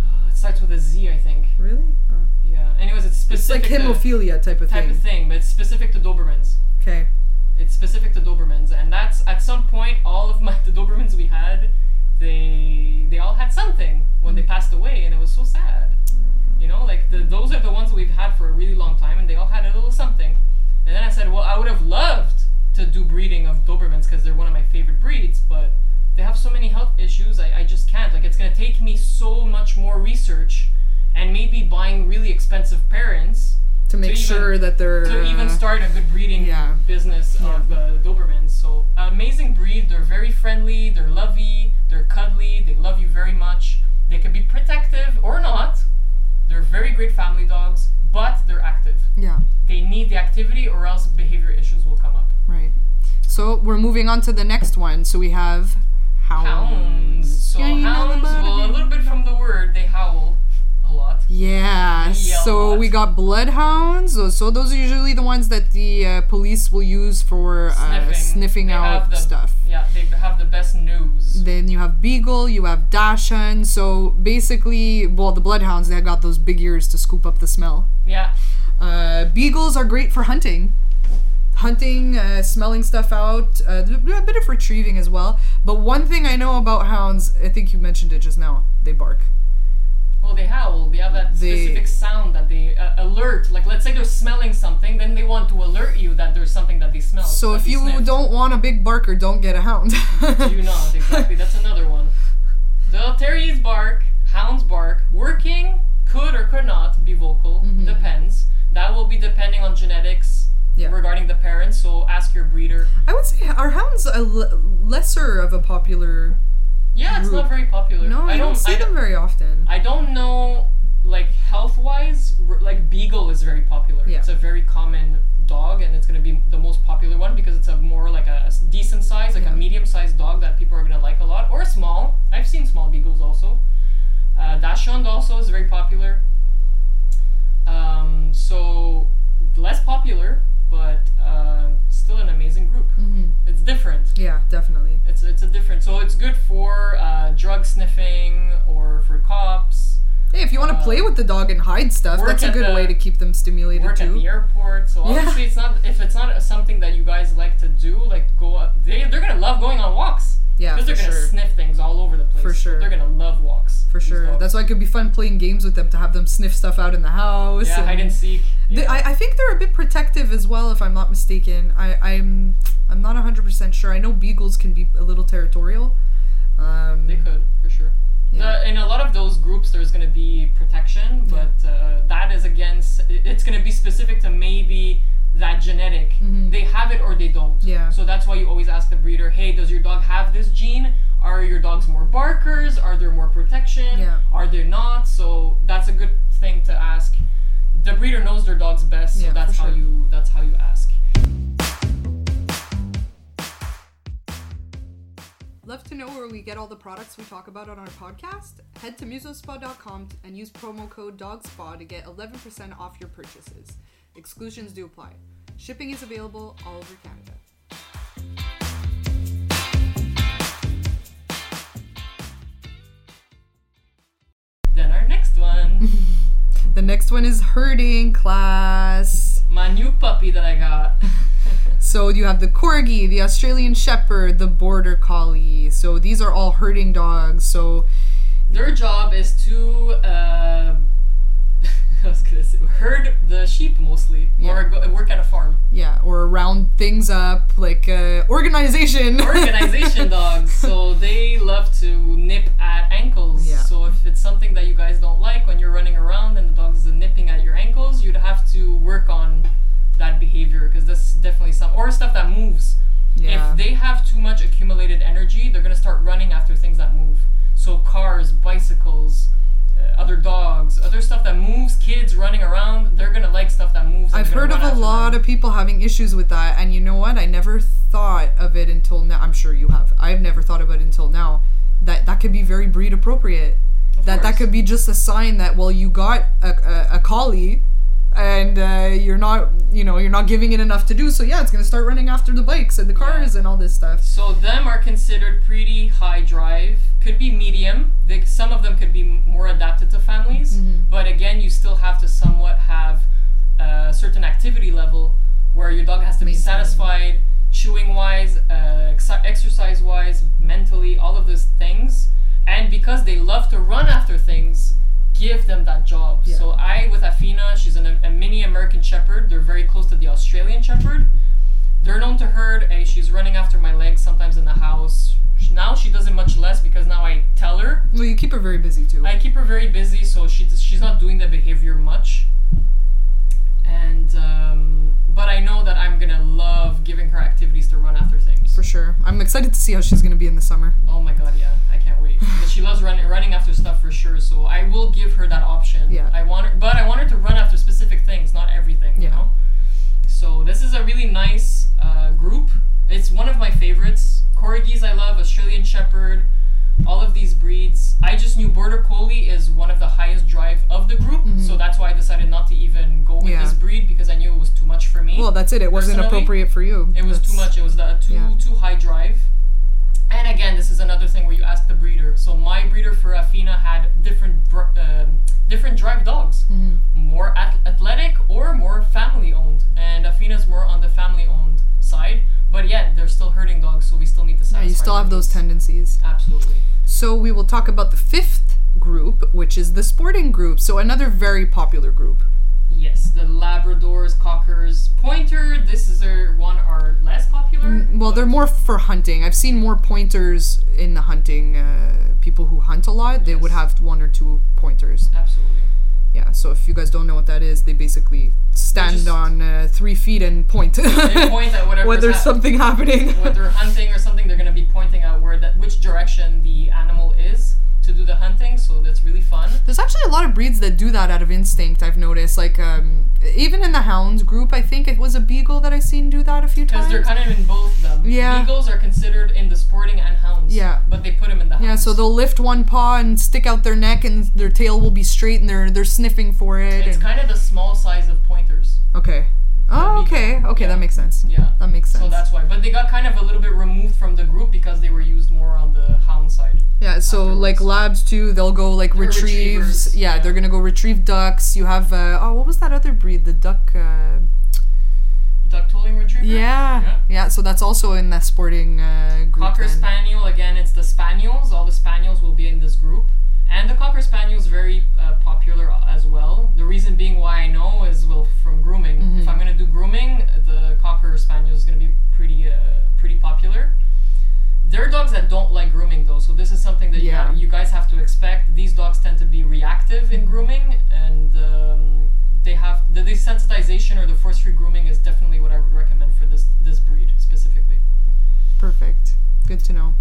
[SPEAKER 1] Uh, it starts with a Z, I think.
[SPEAKER 2] Really? Uh,
[SPEAKER 1] Yeah. Anyways, it's
[SPEAKER 2] it's like
[SPEAKER 1] specific to
[SPEAKER 2] hemophilia type of
[SPEAKER 1] type
[SPEAKER 2] thing.
[SPEAKER 1] of thing, but it's specific to Dobermans.
[SPEAKER 2] Okay.
[SPEAKER 1] It's specific to Dobermans, and that's at some point all of my [LAUGHS] the Dobermans we had, they they all had something when they passed away, and it was so sad. You know, like the, those are the ones we've had for a really long time, and they all had a little something. And then I said, well, I would have loved to do breeding of Dobermans because they're one of my favorite breeds, but they have so many health issues. I, I just can't. Like, it's gonna take me so much more research, and maybe buying really expensive parents
[SPEAKER 2] To make
[SPEAKER 1] even-
[SPEAKER 2] sure that they're.
[SPEAKER 1] to even
[SPEAKER 2] uh,
[SPEAKER 1] start a good breeding
[SPEAKER 2] yeah.
[SPEAKER 1] business of uh, Dobermans. So amazing breed. They're very friendly. They're lovey. They're cuddly. They love you very much. They can be protective or not. They're very great family dogs, but they're active.
[SPEAKER 2] Yeah.
[SPEAKER 1] They need the activity, or else behavior issues will come up.
[SPEAKER 2] Right. So we're moving on to the next one. So we have hounds.
[SPEAKER 1] Hounds. So
[SPEAKER 2] Yeah, you know
[SPEAKER 1] hounds.
[SPEAKER 2] about
[SPEAKER 1] Well, a
[SPEAKER 2] it.
[SPEAKER 1] little bit from the word, they howl a lot.
[SPEAKER 2] Yeah.
[SPEAKER 1] Yeah,
[SPEAKER 2] So
[SPEAKER 1] what?
[SPEAKER 2] we got bloodhounds. So, so those are usually the ones that the uh, police will use for uh,
[SPEAKER 1] Sniffing.
[SPEAKER 2] sniffing
[SPEAKER 1] They
[SPEAKER 2] out
[SPEAKER 1] have the-
[SPEAKER 2] stuff.
[SPEAKER 1] Yeah, they have the best nose.
[SPEAKER 2] Then you have Beagle, you have Dachshund. So basically, well, the Bloodhounds, they got those big ears to scoop up the smell.
[SPEAKER 1] Yeah.
[SPEAKER 2] Uh, beagles are great for hunting. Hunting, uh, smelling stuff out, uh, th- a bit of retrieving as well. But one thing I know about hounds, I think you mentioned it just now, they bark.
[SPEAKER 1] Well, they howl. They have that
[SPEAKER 2] They-
[SPEAKER 1] specific sound that they uh, alert. Like, let's say they're smelling something, then they want to alert you that there's something that they smell.
[SPEAKER 2] So
[SPEAKER 1] that
[SPEAKER 2] if
[SPEAKER 1] they
[SPEAKER 2] you
[SPEAKER 1] sniff.
[SPEAKER 2] don't want a big barker, don't get a hound.
[SPEAKER 1] do
[SPEAKER 2] [LAUGHS]
[SPEAKER 1] not exactly. That's another one. The terriers bark, hounds bark. Working could or could not be vocal.
[SPEAKER 2] Mm-hmm.
[SPEAKER 1] Depends. That will be depending on genetics
[SPEAKER 2] Yeah.
[SPEAKER 1] regarding the parents. So ask your breeder.
[SPEAKER 2] I would say are hounds a l- lesser of a popular.
[SPEAKER 1] Yeah, it's not
[SPEAKER 2] Group.
[SPEAKER 1] very popular.
[SPEAKER 2] No,
[SPEAKER 1] I
[SPEAKER 2] you don't
[SPEAKER 1] don't.
[SPEAKER 2] see
[SPEAKER 1] I, don't
[SPEAKER 2] them very often.
[SPEAKER 1] I don't know. Like health wise, like beagle is very popular.
[SPEAKER 2] Yeah.
[SPEAKER 1] It's a very common dog, and it's gonna be the most popular one because it's a more like a, s- decent size, like
[SPEAKER 2] Yeah.
[SPEAKER 1] a medium sized dog that people are gonna like a lot, or small. I've seen small beagles also. Uh, Dachshund also is very popular. Um, so less popular, but uh, still an amazing group.
[SPEAKER 2] Mhm.
[SPEAKER 1] It's different.
[SPEAKER 2] Yeah, definitely.
[SPEAKER 1] It's it's a different. So it's good for uh, drug sniffing or for cops.
[SPEAKER 2] Hey, if you want to
[SPEAKER 1] Uh,
[SPEAKER 2] play with the dog and hide stuff,
[SPEAKER 1] work
[SPEAKER 2] that's a
[SPEAKER 1] at
[SPEAKER 2] good
[SPEAKER 1] the-
[SPEAKER 2] way to keep them stimulated
[SPEAKER 1] Work at
[SPEAKER 2] too.
[SPEAKER 1] the airport. So
[SPEAKER 2] Yeah.
[SPEAKER 1] obviously, it's not if it's not something that you guys like to do. Like go, out- they they're gonna love going on walks
[SPEAKER 2] yeah,
[SPEAKER 1] because
[SPEAKER 2] for
[SPEAKER 1] they're gonna
[SPEAKER 2] sure.
[SPEAKER 1] sniff things all over the place.
[SPEAKER 2] For sure.
[SPEAKER 1] they're gonna love walks.
[SPEAKER 2] For
[SPEAKER 1] these
[SPEAKER 2] sure.
[SPEAKER 1] dogs.
[SPEAKER 2] That's why it could be fun playing games with them to have them sniff stuff out in the house.
[SPEAKER 1] yeah.
[SPEAKER 2] and-
[SPEAKER 1] Hide and seek.
[SPEAKER 2] They-
[SPEAKER 1] Yeah.
[SPEAKER 2] I, I think they're a bit protective as well, if I'm not mistaken. I, I'm I'm not 100% sure. I know beagles can be a little territorial. Um,
[SPEAKER 1] They could, for sure.
[SPEAKER 2] yeah.
[SPEAKER 1] The, in a lot of those groups, there's going to be protection,
[SPEAKER 2] Yeah.
[SPEAKER 1] but uh, that is against. i- It's going to be specific to maybe that genetic.
[SPEAKER 2] Mhm.
[SPEAKER 1] They have it or they don't.
[SPEAKER 2] Yeah.
[SPEAKER 1] So that's why you always ask the breeder, "Hey, does your dog have this gene? Are your dogs more barkers? Are there more protection?
[SPEAKER 2] Yeah.
[SPEAKER 1] Are there not?" So that's a good thing to ask. The breeder knows their dogs best, so
[SPEAKER 2] Yeah,
[SPEAKER 1] that's
[SPEAKER 2] for
[SPEAKER 1] how
[SPEAKER 2] sure.
[SPEAKER 1] you that's how you ask.
[SPEAKER 2] Love to know where we get all the products we talk about on our podcast? Head to musospa.com t- and use promo code DOGSPA to get 11% off your purchases. Exclusions do apply. Shipping is available all over Canada.
[SPEAKER 1] Then our next
[SPEAKER 2] [LAUGHS]
[SPEAKER 1] one,
[SPEAKER 2] The next one is herding class.
[SPEAKER 1] my new puppy that I got.
[SPEAKER 2] So you have the corgi, the Australian shepherd, the border collie. So these are all herding dogs. So
[SPEAKER 1] Their job is to, uh, [LAUGHS] I was gonna say, herd the sheep mostly, or
[SPEAKER 2] Yeah.
[SPEAKER 1] go, work at a
[SPEAKER 2] [LAUGHS]
[SPEAKER 1] farm.
[SPEAKER 2] yeah, or round things up like uh, organization.
[SPEAKER 1] Organization dogs, so they love to nip at ankles.
[SPEAKER 2] Yeah.
[SPEAKER 1] So if it's something that you guys don't like when you're running around and the dog's nipping at your ankles, you'd have to work on that behavior because that's definitely some or stuff that moves.
[SPEAKER 2] [LAUGHS] yeah.
[SPEAKER 1] If they have too much accumulated energy, they're gonna start running after things that move. So cars, bicycles, uh, other dogs, other stuff that moves. Kids running around, they're gonna like stuff that moves. and
[SPEAKER 2] I've
[SPEAKER 1] they're
[SPEAKER 2] heard
[SPEAKER 1] gonna run
[SPEAKER 2] of a
[SPEAKER 1] after
[SPEAKER 2] lot
[SPEAKER 1] them.
[SPEAKER 2] of people having issues with that, and you know what? I never thought of it until now. I'm sure you have. I've never thought about it until now. That that could be very breed appropriate.
[SPEAKER 1] Of
[SPEAKER 2] that that
[SPEAKER 1] course.
[SPEAKER 2] could be just a sign that well, you got a, a, a collie, and uh, you're not you know you're not giving it enough to do. So yeah, it's gonna start running after the bikes and the cars and all this stuff.
[SPEAKER 1] So them are considered pretty high drive. Could be medium. They, some of them could be m- more adapted to families, but again, you still have to somewhat have a certain activity level where your dog has to be
[SPEAKER 2] Maintain.
[SPEAKER 1] satisfied, chewing wise, uh, ex- exercise wise, mentally, all of those things. And because they love to run after things, give them that job.
[SPEAKER 2] Yeah.
[SPEAKER 1] So I with Afina, she's an, a mini American Shepherd. They're very close to the Australian Shepherd. They're known to herd. eh, she's running after my legs sometimes in the house. Sh- Now she does it much less because now I tell her.
[SPEAKER 2] Well, you keep her very busy too.
[SPEAKER 1] I keep her very busy, so she does- she's not doing the behavior much. And um, but I know that I'm gonna love giving her activities to run after things.
[SPEAKER 2] for sure. I'm excited to see how she's gonna be in the summer.
[SPEAKER 1] Oh my god, yeah, I can't
[SPEAKER 2] [LAUGHS]
[SPEAKER 1] wait. But she loves running running after stuff for sure. So I will give her that option.
[SPEAKER 2] Yeah.
[SPEAKER 1] I want her, but I want her to run after specific things, not everything. You
[SPEAKER 2] Yeah.
[SPEAKER 1] know. So this is a really nice uh, group. It's one of my favorites. Corgis I love, Australian Shepherd, all of these breeds. I just knew Border Collie is one of the highest drive of the group, so that's why I decided not to even go with
[SPEAKER 2] Mm-hmm. Yeah.
[SPEAKER 1] this breed because I knew it was too much for me.
[SPEAKER 2] Well, that's it. It wasn't
[SPEAKER 1] Personally,
[SPEAKER 2] appropriate for you.
[SPEAKER 1] It was too
[SPEAKER 2] That's-
[SPEAKER 1] much. It was the too
[SPEAKER 2] Yeah.
[SPEAKER 1] too high drive. And again, this is another thing where you ask the breeder. So my breeder for Afina had different br- um different drive dogs,
[SPEAKER 2] Mm-hmm.
[SPEAKER 1] more at- athletic or more family owned. And Afina's more on the family owned side. But yet they're still herding dogs, so we still need to satisfy.
[SPEAKER 2] Yeah, you still
[SPEAKER 1] their
[SPEAKER 2] have those
[SPEAKER 1] needs.
[SPEAKER 2] tendencies.
[SPEAKER 1] Absolutely.
[SPEAKER 2] So we will talk about the fifth group, which is the sporting group. So another very popular group.
[SPEAKER 1] Yes, the Labradors, Cockers, Pointer. This is their one are less popular.
[SPEAKER 2] Mm, Well,
[SPEAKER 1] but-
[SPEAKER 2] they're more for hunting. I've seen more pointers in the hunting. Uh, people who hunt a lot, they would
[SPEAKER 1] Yes.
[SPEAKER 2] have one or two pointers.
[SPEAKER 1] absolutely.
[SPEAKER 2] Yeah. So if you guys don't know what that is, they basically stand
[SPEAKER 1] just-
[SPEAKER 2] on uh, three feet and point.
[SPEAKER 1] They point
[SPEAKER 2] [LAUGHS]
[SPEAKER 1] at whatever.
[SPEAKER 2] when there's something happening. [LAUGHS]
[SPEAKER 1] when they're hunting or something, they're gonna be pointing out where that which direction the animal is to do the hunting. So that's really fun.
[SPEAKER 2] There's actually a lot of breeds that do that out of instinct. I've noticed, like um, even in the hound group, I think it was a beagle that I seen do that a few times.
[SPEAKER 1] Because they're kind of in both them.
[SPEAKER 2] Yeah.
[SPEAKER 1] Beagles are considered in the sporting and hounds.
[SPEAKER 2] Yeah.
[SPEAKER 1] But they put them in the hounds.
[SPEAKER 2] Yeah, so they'll lift one paw and stick out their neck, and their tail will be straight, and they're they're sniffing for it.
[SPEAKER 1] It's
[SPEAKER 2] and-
[SPEAKER 1] kind of the small size of pointers.
[SPEAKER 2] okay.
[SPEAKER 1] beagle.
[SPEAKER 2] Oh, okay. Okay,
[SPEAKER 1] Yeah.
[SPEAKER 2] that makes sense.
[SPEAKER 1] Yeah.
[SPEAKER 2] That makes sense.
[SPEAKER 1] So that's why. But they got kind of a little bit removed from the group because they were used more on the hound side.
[SPEAKER 2] yeah. So like labs too, they'll go like
[SPEAKER 1] They're
[SPEAKER 2] retrieves.
[SPEAKER 1] retrievers,
[SPEAKER 2] Yeah,
[SPEAKER 1] yeah.
[SPEAKER 2] they're gonna go retrieve ducks. You have uh, oh, what was that other breed? The duck. Uh,
[SPEAKER 1] Duck tolling retriever.
[SPEAKER 2] yeah. yeah.
[SPEAKER 1] Yeah.
[SPEAKER 2] So that's also in that sporting uh, group.
[SPEAKER 1] Cocker
[SPEAKER 2] then.
[SPEAKER 1] Spaniel, again, it's the Spaniels. All the Spaniels will be in this group. And the Cocker Spaniel is very uh, popular as well. The reason being why I know is, well, from grooming.
[SPEAKER 2] Mm-hmm.
[SPEAKER 1] If I'm going to do grooming, the Cocker Spaniel is going to be pretty, uh, pretty popular. There are dogs that don't like grooming, though, so this this is something that
[SPEAKER 2] Yeah. Mm-hmm.
[SPEAKER 1] you, you guys have to expect. These dogs tend to be reactive in grooming, and um, they have the desensitization or the force-free grooming is definitely what I would recommend for this this breed specifically.
[SPEAKER 2] Perfect. Good to know.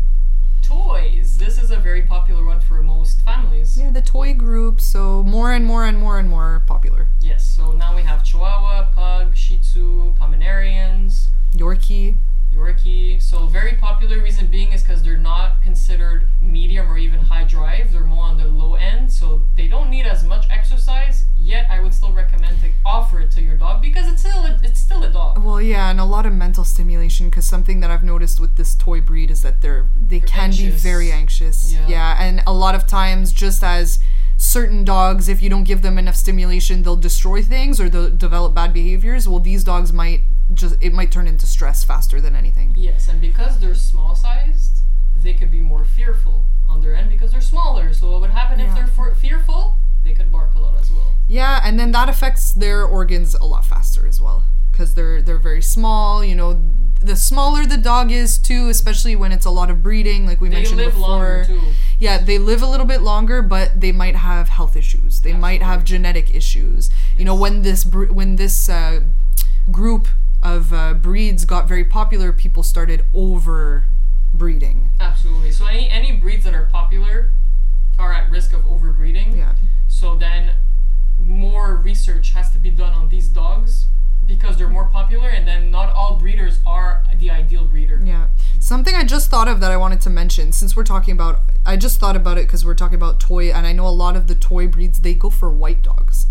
[SPEAKER 1] Toys. This is a very popular one for most families.
[SPEAKER 2] Yeah, the toy group, so more and more and more and more popular.
[SPEAKER 1] Yes. So now we have Chihuahua, Pug, Shih Tzu, Pomeranians.
[SPEAKER 2] Yorkie.
[SPEAKER 1] Yorkie. So very popular reason being is because they're not considered medium or even high drive. They're more on the low end, so they don't need as much exercise. Yet I would still recommend to offer it to your dog because it's still a, it's still a dog.
[SPEAKER 2] Well, yeah, and a lot of mental stimulation because something that I've noticed with this toy breed is that they're they
[SPEAKER 1] They're
[SPEAKER 2] can be
[SPEAKER 1] anxious.
[SPEAKER 2] very anxious.
[SPEAKER 1] Yeah.
[SPEAKER 2] and a lot of times, just as certain dogs, if you don't give them enough stimulation, they'll destroy things or they'll develop bad behaviors. Well, these dogs might just it might turn into stress faster than anything.
[SPEAKER 1] Yes, and because they're small sized, they could be more fearful on their end because they're smaller. So what would happen
[SPEAKER 2] Yeah.
[SPEAKER 1] if they're for- fearful? They could bark a lot as well.
[SPEAKER 2] Yeah, and then that affects their organs a lot faster as well because they're they're very small. You know, the smaller the dog is too, especially when it's a lot of breeding, like we
[SPEAKER 1] They
[SPEAKER 2] mentioned
[SPEAKER 1] live
[SPEAKER 2] before.
[SPEAKER 1] longer too.
[SPEAKER 2] yeah, they live a little bit longer, but they might have health issues. They might have genetic issues. You know, when this br- when this uh, group of uh, breeds got very popular, people started over breeding.
[SPEAKER 1] Absolutely. So any any breeds that are popular are at risk of overbreeding.
[SPEAKER 2] Yeah,
[SPEAKER 1] So then more research has to be done on these dogs because they're more popular and then not all breeders are the ideal breeder.
[SPEAKER 2] yeah. Something I just thought of that I wanted to mention since we're talking about I just thought about it because we're talking about toy, and I know a lot of the toy breeds they go for white dogs.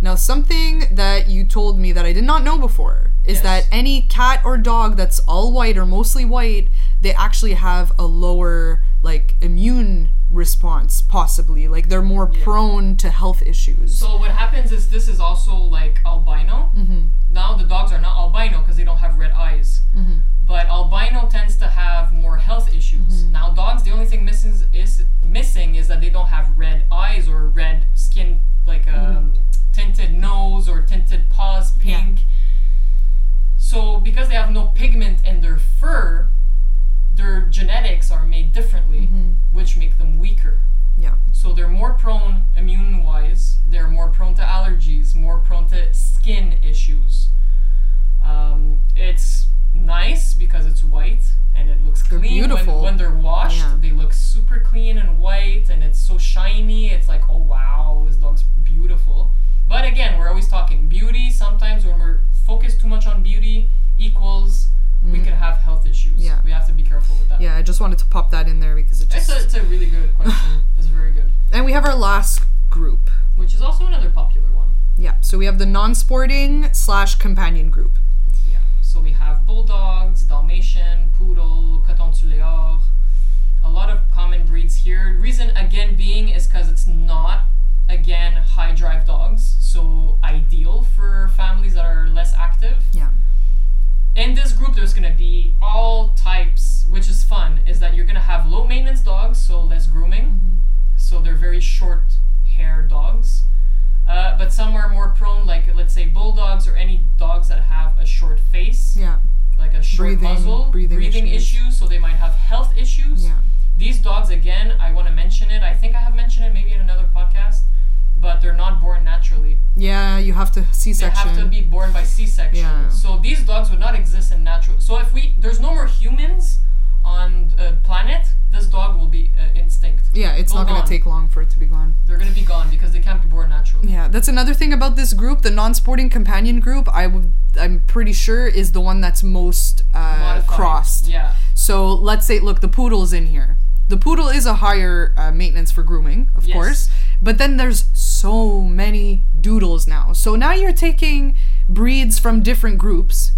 [SPEAKER 2] Now, something that you told me that I did not know before is
[SPEAKER 1] Yes.
[SPEAKER 2] that any cat or dog that's all white or mostly white, they actually have a lower like immune response possibly. Like they're more prone to health issues.
[SPEAKER 1] So what happens is this is also like albino. Mm-hmm. Now the dogs are not albino because they don't have red eyes. Mm-hmm. But albino tends to have more health issues. Now dogs, the only thing missing is missing is that they don't have red eyes or red skin, like um, tinted nose or tinted paws,
[SPEAKER 2] Yeah.
[SPEAKER 1] pink. So because they have no pigment in their fur, their genetics are made differently, which make them weaker.
[SPEAKER 2] yeah.
[SPEAKER 1] So they're more prone, immune wise, they're more prone to allergies, more prone to skin issues. Um, it's nice because it's white and it looks
[SPEAKER 2] They're
[SPEAKER 1] clean.
[SPEAKER 2] beautiful.
[SPEAKER 1] When, when they're washed,
[SPEAKER 2] Yeah.
[SPEAKER 1] they look super clean and white and it's so shiny. It's like, oh wow, this dog's beautiful. But again, we're always talking beauty. Sometimes when we're focused too much on beauty, equals we could have health issues.
[SPEAKER 2] Mm-hmm. Yeah.
[SPEAKER 1] We have to be careful with that.
[SPEAKER 2] Yeah, I just wanted to pop that in there because it
[SPEAKER 1] It's
[SPEAKER 2] just
[SPEAKER 1] a, it's a really good question. it's very good.
[SPEAKER 2] And we have our last group.
[SPEAKER 1] which is also another popular one.
[SPEAKER 2] Yeah. So we have the non-sporting slash companion group.
[SPEAKER 1] Yeah. So we have bulldogs, Dalmatian, poodle, Caton Suléor, a lot of common breeds here. Reason again being is because it's not again high drive dogs, so ideal for families that are less active.
[SPEAKER 2] Yeah.
[SPEAKER 1] in this group there's gonna be all types which is fun is that you're gonna have low maintenance dogs so less grooming
[SPEAKER 2] Mm-hmm.
[SPEAKER 1] so they're very short hair dogs uh, but some are more prone like let's say bulldogs or any dogs that have a short face
[SPEAKER 2] Yeah.
[SPEAKER 1] like a short
[SPEAKER 2] Breathing-
[SPEAKER 1] muzzle
[SPEAKER 2] breathing issues.
[SPEAKER 1] issues. so they might have health issues
[SPEAKER 2] Yeah.
[SPEAKER 1] these dogs again i want to mention it i think i have mentioned it maybe in another podcast but they're not born naturally
[SPEAKER 2] Yeah, you have to
[SPEAKER 1] they
[SPEAKER 2] C-section.
[SPEAKER 1] have to be born by C-section.
[SPEAKER 2] Yeah.
[SPEAKER 1] So these dogs would not exist in natural. So if we there's no more humans on uh, planet, this dog will be uh, instinct.
[SPEAKER 2] Yeah, it's
[SPEAKER 1] Well
[SPEAKER 2] not gonna
[SPEAKER 1] gone.
[SPEAKER 2] take long for it to be gone.
[SPEAKER 1] They're gonna be gone because they can't be born naturally.
[SPEAKER 2] Yeah, that's another thing about this group, the non-sporting companion group. I would, I'm pretty sure is the one that's most uh,
[SPEAKER 1] Modified.
[SPEAKER 2] crossed.
[SPEAKER 1] Yeah.
[SPEAKER 2] So let's say, look, the poodle's in here. The poodle is a higher uh, maintenance for grooming, of
[SPEAKER 1] Yes.
[SPEAKER 2] course. But then there's so many doodles now. So now you're taking breeds from different groups.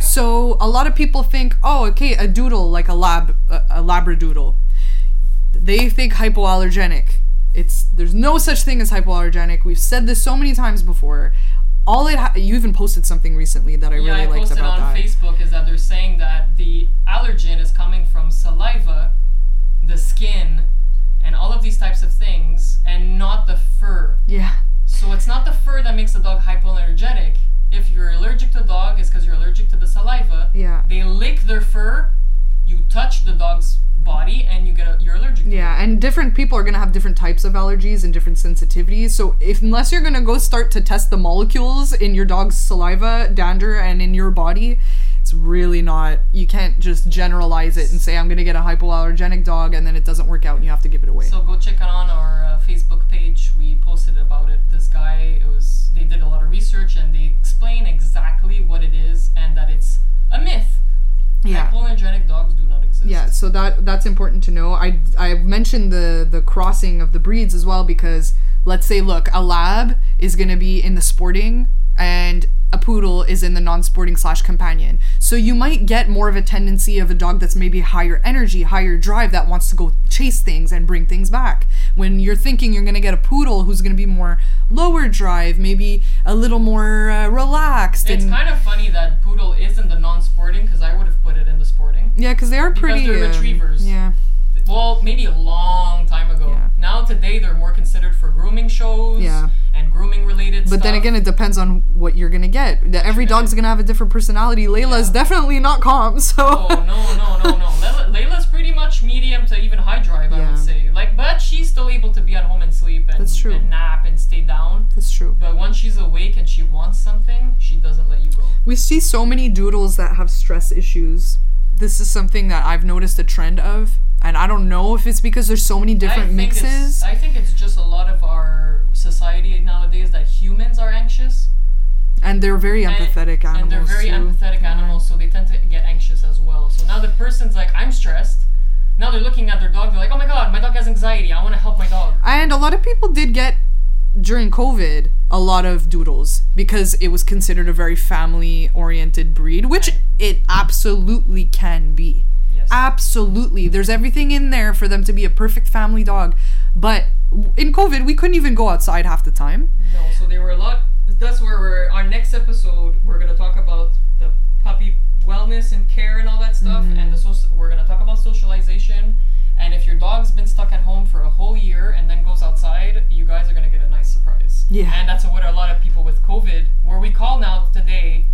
[SPEAKER 2] So a lot of people think, oh, okay, a doodle like a lab, a, a labradoodle. They think hypoallergenic. It's there's no such thing as hypoallergenic. We've said this so many times before. All it ha- you even posted something recently that I
[SPEAKER 1] yeah,
[SPEAKER 2] really
[SPEAKER 1] I
[SPEAKER 2] liked
[SPEAKER 1] posted
[SPEAKER 2] about
[SPEAKER 1] on
[SPEAKER 2] that.
[SPEAKER 1] Facebook is that they're saying that the allergen is coming from saliva, the skin, and all of these types of things, and not the fur.
[SPEAKER 2] Yeah.
[SPEAKER 1] So it's not the fur that makes the dog hypoallergenic. If you're allergic to a dog, it's because you're allergic to the saliva.
[SPEAKER 2] Yeah.
[SPEAKER 1] They lick their fur. You touch the dog's body and you get a, you're allergic. to it.
[SPEAKER 2] Yeah, and different people are gonna have different types of allergies and different sensitivities. So if unless you're gonna go start to test the molecules in your dog's saliva, dander, and in your body, it's really not. You can't just generalize it and say I'm gonna get a hypoallergenic dog, and then it doesn't work out, and you have to give it away.
[SPEAKER 1] So go check it on our uh, Facebook page. We posted about it. This guy, it was they did a lot of research and they explain exactly what it is and that it's a myth.
[SPEAKER 2] yeah.
[SPEAKER 1] Hypoallergenic dogs do not exist.
[SPEAKER 2] Yeah, so that that's important to know. I I mentioned the the crossing of the breeds as well because let's say look, a lab is going to be in the sporting and a poodle is in the non-sporting slash companion. So you might get more of a tendency of a dog that's maybe higher energy, higher drive that wants to go chase things and bring things back. When you're thinking you're going to get a poodle who's going to be more lower drive, maybe a little more uh, relaxed
[SPEAKER 1] It's
[SPEAKER 2] and
[SPEAKER 1] kind of funny that poodle is in the non-sporting because I would have put it in the sporting.
[SPEAKER 2] yeah, because they are
[SPEAKER 1] Because
[SPEAKER 2] pretty.
[SPEAKER 1] they're
[SPEAKER 2] um,
[SPEAKER 1] retrievers.
[SPEAKER 2] yeah.
[SPEAKER 1] Well, maybe a long time ago.
[SPEAKER 2] Yeah.
[SPEAKER 1] Now today they're more considered for grooming shows
[SPEAKER 2] Yeah.
[SPEAKER 1] and grooming related
[SPEAKER 2] But
[SPEAKER 1] stuff.
[SPEAKER 2] then again, it depends on what you're gonna get. The- Every dog's gonna have a different personality. Layla's
[SPEAKER 1] Yeah.
[SPEAKER 2] definitely not calm, [LAUGHS] so.
[SPEAKER 1] Oh no no no no! Layla, Layla's pretty much medium to even high drive, I
[SPEAKER 2] Yeah.
[SPEAKER 1] would say. Like, but she's still able to be at home and sleep and,
[SPEAKER 2] That's true.
[SPEAKER 1] and nap and stay down.
[SPEAKER 2] That's true.
[SPEAKER 1] But once she's awake and she wants something, she doesn't let you go.
[SPEAKER 2] We see so many doodles that have stress issues. This is something that I've noticed a trend of, and I don't know if it's because there's so many different
[SPEAKER 1] I think it's-
[SPEAKER 2] mixes.
[SPEAKER 1] I think it's just a lot of our society nowadays that humans are anxious
[SPEAKER 2] And they're very
[SPEAKER 1] And-
[SPEAKER 2] empathetic animals.
[SPEAKER 1] and they're very
[SPEAKER 2] too. Mm-hmm.
[SPEAKER 1] empathetic
[SPEAKER 2] Yeah.
[SPEAKER 1] animals, so they tend to get anxious as well. So now the person's like, I'm stressed. Now they're looking at their dog. They're like, Oh my god, my dog has anxiety. I want to help my dog.
[SPEAKER 2] And a lot of people did get during COVID a lot of doodles because it was considered a very family oriented breed, which
[SPEAKER 1] Right.
[SPEAKER 2] it absolutely can be.
[SPEAKER 1] Yes.
[SPEAKER 2] Absolutely. There's everything in there for them to be a perfect family dog. But w- in COVID, we couldn't even go outside half the time.
[SPEAKER 1] No, so they were a lot. That's where we're. Our next episode, we're gonna talk about the puppy wellness and care and all that stuff, and the
[SPEAKER 2] Mm-hmm.
[SPEAKER 1] soc- we're gonna talk about socialization. And if your dog's been stuck at home for a whole year and then goes outside, you guys are gonna get a nice surprise.
[SPEAKER 2] Yeah.
[SPEAKER 1] And that's what a lot of people with COVID, where we call now today,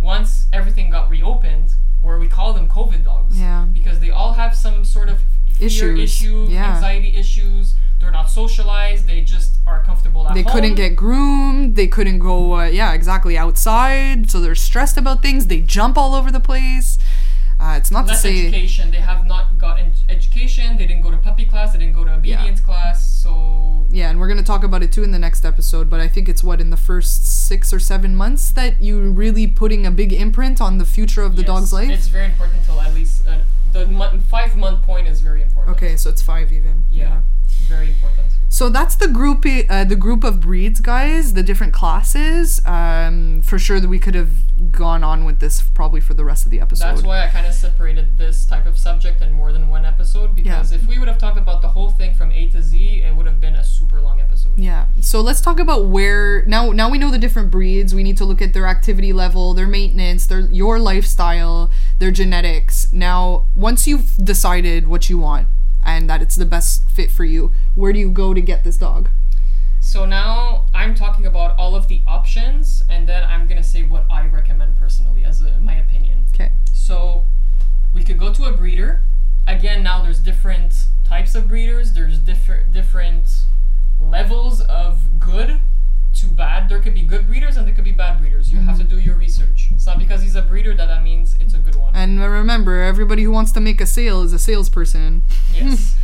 [SPEAKER 1] once everything got reopened, where we call them COVID dogs.
[SPEAKER 2] Yeah.
[SPEAKER 1] Because they all have some sort of fear
[SPEAKER 2] Um, Issues.
[SPEAKER 1] issues,
[SPEAKER 2] Yeah.
[SPEAKER 1] anxiety issues. They're not socialized. They just are comfortable at
[SPEAKER 2] They
[SPEAKER 1] home.
[SPEAKER 2] couldn't get groomed. They couldn't go, uh, yeah, exactly, outside. So they're stressed about things. They jump all over the place. Uh, it's not
[SPEAKER 1] less
[SPEAKER 2] to say.
[SPEAKER 1] education. They have not gotten education. They didn't go to puppy class. They didn't go to obedience class. So
[SPEAKER 2] Yeah, and we're going to talk about it too in the next episode, but I think it's what in the first 6 or 7 months that you really putting a big imprint on the future of the
[SPEAKER 1] yes,
[SPEAKER 2] dog's life.
[SPEAKER 1] It's very important till at least uh, the mon- five month point is very important.
[SPEAKER 2] okay, so it's 5 even.
[SPEAKER 1] Yeah. Very important.
[SPEAKER 2] So that's the group, uh, the group of breeds, guys. The different classes. Um, for sure that we could have gone on with this probably for the rest of the episode.
[SPEAKER 1] That's why I kind of separated this type of subject in more than one episode because if we would have talked about the whole thing from A to Z, it would have been a super long episode.
[SPEAKER 2] Yeah. So let's talk about where now. Now we know the different breeds. We need to look at their activity level, their maintenance, their your lifestyle, their genetics. Now, once you've decided what you want and that it's the best fit for you, where do you go to get this dog?
[SPEAKER 1] So now I'm talking about all of the options, and then I'm gonna say what I recommend personally as a, my opinion.
[SPEAKER 2] Okay.
[SPEAKER 1] So we could go to a breeder. Again, now there's different types of breeders. There's different different levels of good to bad. There could be good breeders and there could be bad breeders. You have to do your research. It's not because he's a breeder that that means it's a good one.
[SPEAKER 2] And remember, everybody who wants to make a sale is a salesperson.
[SPEAKER 1] Yes.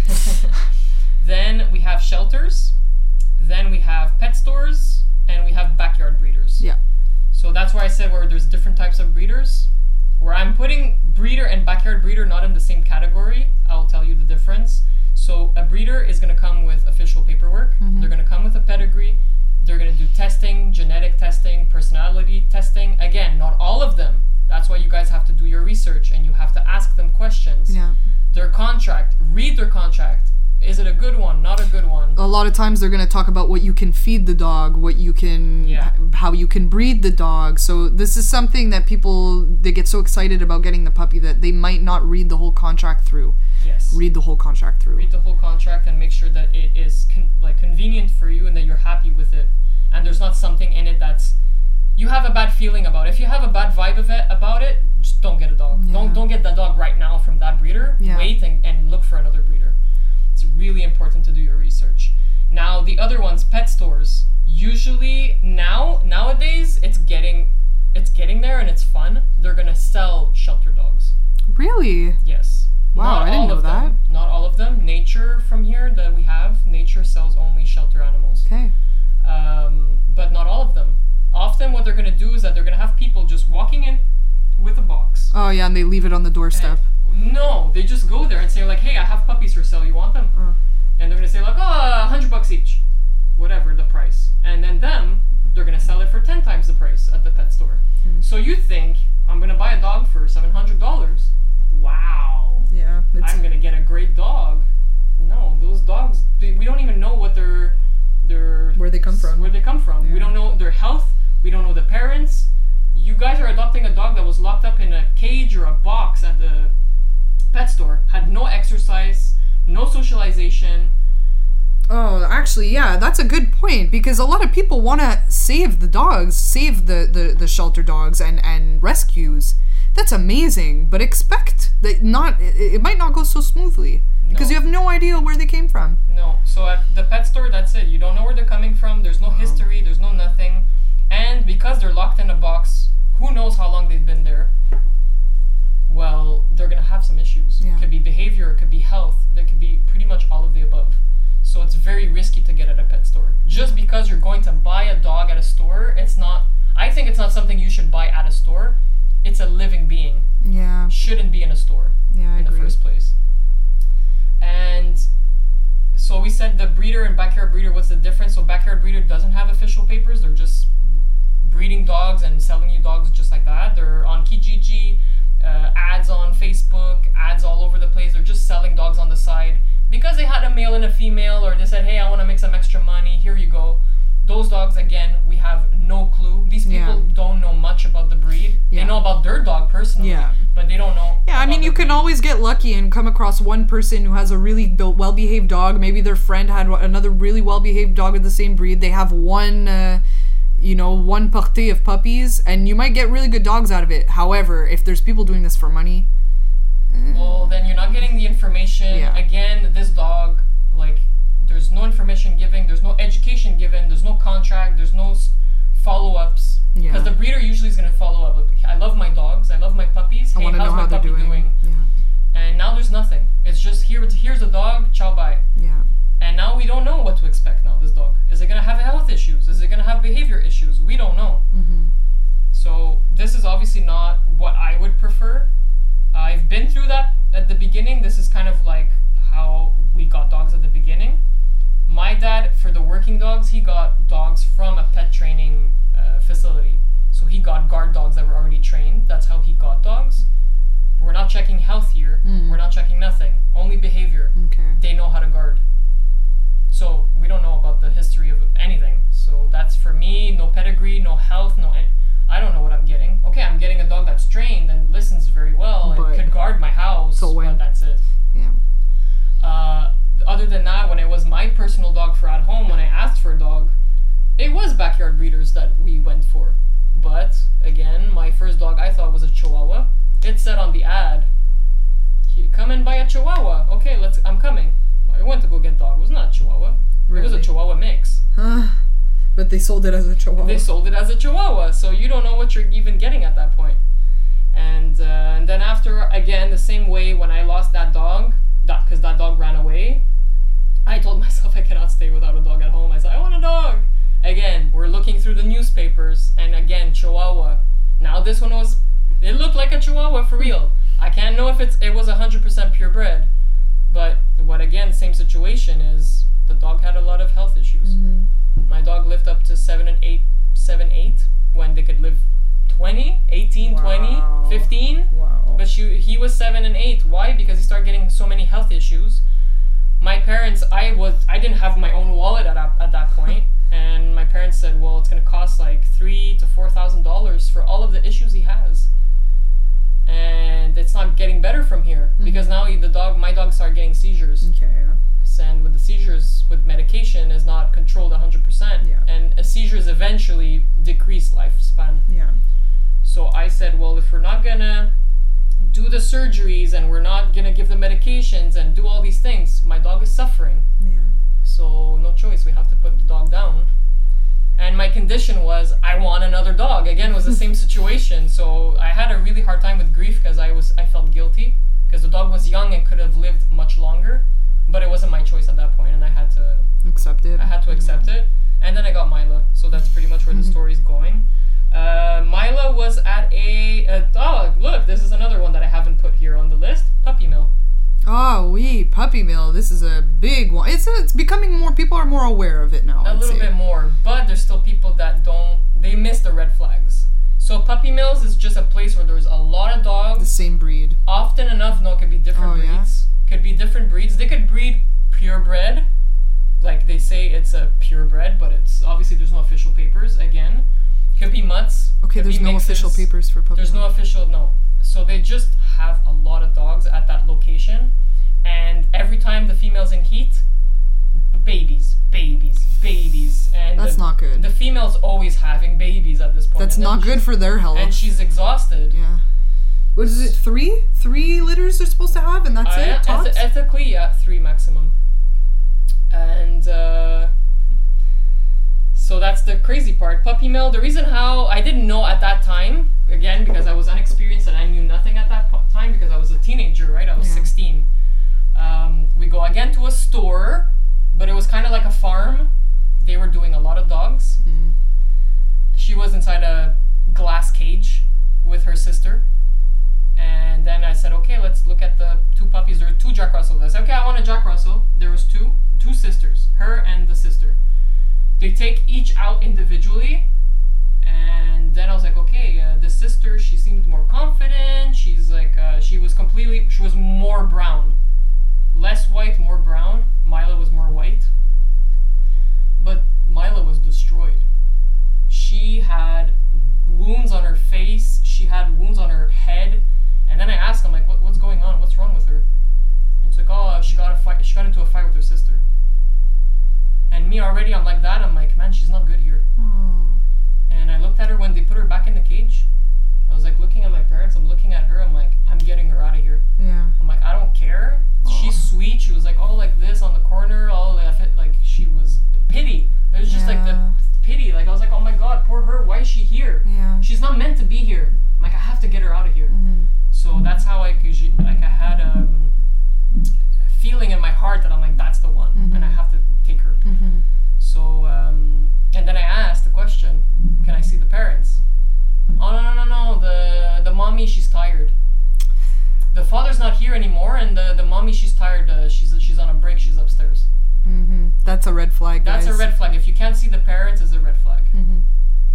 [SPEAKER 1] then we have shelters. Then we have pet stores, and we have backyard breeders.
[SPEAKER 2] Yeah.
[SPEAKER 1] So that's why I said where there's different types of breeders. Where I'm putting breeder and backyard breeder not in the same category, I'll tell you the difference. So a breeder is gonna come with official paperwork. They're gonna come with a pedigree. They're gonna do testing, genetic testing, personality testing. Again, not all of them. That's why you guys have to do your research and you have to ask them questions
[SPEAKER 2] Yeah.
[SPEAKER 1] their contract, read their contract. Is it a good one? Not a good one.
[SPEAKER 2] a lot of times they're going to talk about what you can feed the dog what you can
[SPEAKER 1] Yeah.
[SPEAKER 2] h- how you can breed the dog so this is something that people they get so excited about getting the puppy that they might not read the whole contract through
[SPEAKER 1] Yes. Read,
[SPEAKER 2] read the whole contract through
[SPEAKER 1] the whole contract and make sure that it is con- like convenient for you and that you're happy with it. And there's not something in it that's you have a bad feeling about. If you have a bad vibe of it about it, just don't get a dog.
[SPEAKER 2] Yeah.
[SPEAKER 1] Don't don't get that dog right now from that breeder.
[SPEAKER 2] Yeah.
[SPEAKER 1] Wait and, and look for another breeder. It's really important to do your research. Now the other ones, pet stores. Usually now nowadays it's getting it's getting there and it's fun. They're gonna sell shelter dogs.
[SPEAKER 2] Really?
[SPEAKER 1] Yes.
[SPEAKER 2] Wow, I didn't know
[SPEAKER 1] of them. Not all of them. Nature from here that we have, nature sells only shelter animals.
[SPEAKER 2] Okay.
[SPEAKER 1] Um, but not all of them. Often what they're gonna do is that they're gonna have people just walking in with a box.
[SPEAKER 2] Oh yeah, and they leave it on the doorstep.
[SPEAKER 1] And- no, they just go there and say like, "Hey, I have puppies for sale. You want them?"
[SPEAKER 2] Uh.
[SPEAKER 1] And they're gonna say like, "Oh, a hundred bucks each, whatever the price." And then them, they're gonna sell it for ten times the price at the pet store.
[SPEAKER 2] Hmm.
[SPEAKER 1] So you think I'm gonna buy a dog for seven hundred dollars? Wow,
[SPEAKER 2] Yeah. It's,
[SPEAKER 1] I'm gonna get a great dog. No, those dogs, they, we don't even know what their their
[SPEAKER 2] Where they come from.
[SPEAKER 1] Where they come from. We
[SPEAKER 2] Yeah.
[SPEAKER 1] don't know their health. We don't know the parents. You guys are adopting a dog that was locked up in a cage or a box at the pet store. Had no exercise, no socialization.
[SPEAKER 2] oh, actually, yeah, that's a good point because a lot of people want to save the dogs, save the, the the shelter dogs and and rescues. That's amazing, but expect that not it, it might not go so smoothly because
[SPEAKER 1] No.
[SPEAKER 2] you have no idea where they came from.
[SPEAKER 1] No. So at the pet store, that's it. You don't know where they're coming from. There's no history. There's no nothing. And because they're locked in a box, who knows how long they've been there? Well, they're gonna have some issues.
[SPEAKER 2] Yeah.
[SPEAKER 1] It could be behavior. It could be health. There could be pretty much all of the above. So it's very risky to get at a pet store. Just because you're going to buy a dog at a store, it's not. I think it's not something you should buy at a store. It's a living being.
[SPEAKER 2] Yeah.
[SPEAKER 1] Shouldn't be in a store
[SPEAKER 2] Yeah, I
[SPEAKER 1] in the
[SPEAKER 2] agree.
[SPEAKER 1] first place. And so we said the breeder and backyard breeder, what's the difference? So backyard breeder doesn't have official papers, they're just breeding dogs and selling you dogs just like that. They're on Kijiji, uh, ads on Facebook, ads all over the place. They're just selling dogs on the side because they had a male and a female, or they said, hey, I want to make some extra money. Here you go. Those dogs, again, we have no clue. These
[SPEAKER 2] Yeah.
[SPEAKER 1] people don't know much about the breed.
[SPEAKER 2] Yeah.
[SPEAKER 1] They know about their dog personally,
[SPEAKER 2] Yeah.
[SPEAKER 1] but they don't know.
[SPEAKER 2] Yeah, I
[SPEAKER 1] about
[SPEAKER 2] mean,
[SPEAKER 1] the
[SPEAKER 2] you
[SPEAKER 1] breed.
[SPEAKER 2] can always get lucky and come across one person who has a really be- well behaved dog. Maybe their friend had wa- another really well behaved dog of the same breed. They have one, uh, you know, one party of puppies, and you might get really good dogs out of it. However, if there's people doing this for money, eh,
[SPEAKER 1] Well, then you're not getting the information.
[SPEAKER 2] Yeah.
[SPEAKER 1] Again, this dog, like, there's no information given, there's no education given, there's no contract, there's no s- follow ups.
[SPEAKER 2] Yeah.
[SPEAKER 1] Because the breeder usually is going to follow up. Like, I love my dogs, I love my puppies.
[SPEAKER 2] I
[SPEAKER 1] Hey,
[SPEAKER 2] want to
[SPEAKER 1] how's
[SPEAKER 2] know
[SPEAKER 1] my
[SPEAKER 2] how they're
[SPEAKER 1] puppy
[SPEAKER 2] doing. Yeah,
[SPEAKER 1] And now there's nothing. It's just here. Here's a dog. Ciao, bye.
[SPEAKER 2] yeah,
[SPEAKER 1] And now we don't know what to expect. Now this dog is it going to have health issues? Is it going to have behavior issues? We don't know.
[SPEAKER 2] mm-hmm.
[SPEAKER 1] So this is obviously not what I would prefer. I've been through that at the beginning. This is kind of like how we got dogs at the beginning. My dad, for the working dogs, he got dogs from a pet training uh, facility. So he got guard dogs that were already trained. That's how he got dogs. We're not checking health here.
[SPEAKER 2] Mm.
[SPEAKER 1] We're not checking nothing. Only behavior.
[SPEAKER 2] okay.
[SPEAKER 1] They know how to guard. So we don't know about the history of anything. So that's for me, no pedigree, no health, no. an- I don't know what I'm getting. Okay, I'm getting a dog that's trained and listens very well and
[SPEAKER 2] But-
[SPEAKER 1] could guard my house.
[SPEAKER 2] So when-
[SPEAKER 1] but that's it.
[SPEAKER 2] Yeah.
[SPEAKER 1] Uh, other than that, when it was my personal dog for at home, when I asked for a dog, it was backyard breeders that we went for. But again, my first dog I thought was a Chihuahua. It said on the ad, "Here, "Come and buy a Chihuahua." Okay, let's. I'm coming. I went to go get dog. It was not a Chihuahua. It was a
[SPEAKER 2] Really?
[SPEAKER 1] Chihuahua mix.
[SPEAKER 2] [SIGHS] but they sold it as a chihuahua.
[SPEAKER 1] They sold it as a Chihuahua, so you don't know what you're even getting at that point. And, uh, and then after again the same way when I lost that dog, that because that dog ran away, I told [LAUGHS] myself I cannot stay without a dog at home. I said I want a dog. Again, we're looking through the newspapers, and again Chihuahua. Now this one was, it looked like a Chihuahua for real. I can't know if it's it was hundred percent purebred, but what again same situation is the dog had a lot of health issues.
[SPEAKER 2] Mhm.
[SPEAKER 1] My dog lived up to 7 and 8, 7, 8, when they could live 20, 18,
[SPEAKER 2] Wow.
[SPEAKER 1] 20, 15.
[SPEAKER 2] Wow.
[SPEAKER 1] But she, he was 7 and 8. Why? Because he started getting so many health issues. My parents, I was, I didn't have my own wallet at, that- at that point, and my parents said, "Well, it's gonna cost like three to four thousand dollars for all of the issues he has, and it's not getting better from here because now he- the dog, my dog, started getting seizures
[SPEAKER 2] okay. Yeah.
[SPEAKER 1] and with the seizures with medication is not controlled 100%
[SPEAKER 2] Yeah.
[SPEAKER 1] and a seizures eventually decrease lifespan
[SPEAKER 2] Yeah.
[SPEAKER 1] So I said, well, if we're not gonna do the surgeries and we're not gonna give the medications and do all these things, my dog is suffering.
[SPEAKER 2] Yeah.
[SPEAKER 1] So no choice, we have to put the dog down. And my condition was I want another dog. Again, it was the same situation. So I had a really hard time with grief because I was I felt guilty because the dog was young and could have lived much longer, but it wasn't my choice at that point, and I had to
[SPEAKER 2] Accept it.
[SPEAKER 1] I had to accept it. And then I got Mila, so that's pretty much where the story's going. Uh, Mila was at a, a oh look, this is another one that I haven't put here on the list. Puppy mill.
[SPEAKER 2] Oh, we puppy mill. This is a big one. It's uh, it's becoming more. People are more aware of it now.
[SPEAKER 1] a
[SPEAKER 2] I'd
[SPEAKER 1] little
[SPEAKER 2] say.
[SPEAKER 1] bit more, but there's still people that don't. They miss the red flags. So puppy mills is just a place where there's a lot of
[SPEAKER 2] The
[SPEAKER 1] dogs.
[SPEAKER 2] same breed.
[SPEAKER 1] Often enough, no, it could be different
[SPEAKER 2] Oh, yeah?
[SPEAKER 1] breeds. Could be different breeds. They could breed purebred, like they say it's a purebred, but it's obviously there's no official papers. Again, could be mutts.
[SPEAKER 2] Okay,
[SPEAKER 1] could
[SPEAKER 2] there's
[SPEAKER 1] be
[SPEAKER 2] no official
[SPEAKER 1] mixes.
[SPEAKER 2] papers for puppy
[SPEAKER 1] There's no
[SPEAKER 2] mill.
[SPEAKER 1] official no. So they just have a lot of dogs at that location, and every time the females in heat, b- babies, babies, babies, and
[SPEAKER 2] That's
[SPEAKER 1] the,
[SPEAKER 2] not good.
[SPEAKER 1] The females always having babies at this point.
[SPEAKER 2] That's
[SPEAKER 1] and then
[SPEAKER 2] not
[SPEAKER 1] she-
[SPEAKER 2] good for their health.
[SPEAKER 1] And she's exhausted.
[SPEAKER 2] yeah. What is it? Three? Three litters they're supposed to have, and that's
[SPEAKER 1] Uh, yeah,
[SPEAKER 2] it. Tops?
[SPEAKER 1] eth- ethically, yeah, three maximum. And uh, so that's the crazy part. Puppy mill. The reason how I didn't know at that time, again, because I was unexperienced and I knew nothing at that po- time because I was a teenager, right? I was
[SPEAKER 2] Yeah.
[SPEAKER 1] 16. Um, we go again to a store, but it was kind of like a farm. They were doing a lot of dogs.
[SPEAKER 2] Mm.
[SPEAKER 1] She was inside a glass cage with her sister. And then I said, okay, let's look at the two puppies. There were two Jack Russells. I said, okay, I want a Jack Russell. There was two, two sisters, her and the sister. They take each out individually, and then I was like, okay, uh, the sister, she seemed more confident. She's like, uh, she was completely, she was more brown, less white, more brown. Mila was more white, but Mila was destroyed. She had wounds on her face. She had wounds on her head. And then I asked, I'm like, what, what's going on? What's wrong with her? And it's like, oh, she got a fight. She got into a fight with her sister. And me already, I'm like that. I'm like, man, she's not good here.
[SPEAKER 2] Oh.
[SPEAKER 1] And I looked at her when they put her back in the cage. I was like looking at my parents. I'm looking at her. I'm like, I'm getting her out of here.
[SPEAKER 2] Yeah.
[SPEAKER 1] I'm like, I don't care. She's sweet. She was like all like this on the corner, all like, like she was pity. It was just like the
[SPEAKER 2] Yeah. Mm.
[SPEAKER 1] pity. Like I was like, oh my god, poor her. Why is she here?
[SPEAKER 2] Yeah.
[SPEAKER 1] She's not meant to be here. I'm like I have to get her out of here.
[SPEAKER 2] Mhm.
[SPEAKER 1] So that's how I could ju- like I had um, a feeling in my heart that I'm like that's the one, and I have to take her.
[SPEAKER 2] Mhm.
[SPEAKER 1] So, um, and then I asked the question, can I see the parents? Oh no no no no, the the mommy she's tired. The father's not here anymore, and the, the mommy she's tired. Uh, she's she's on a break. She's upstairs.
[SPEAKER 2] Mhm. That's a red flag.
[SPEAKER 1] That's a
[SPEAKER 2] guys.
[SPEAKER 1] red flag. If you can't see the parents, it's a red flag.
[SPEAKER 2] Mhm.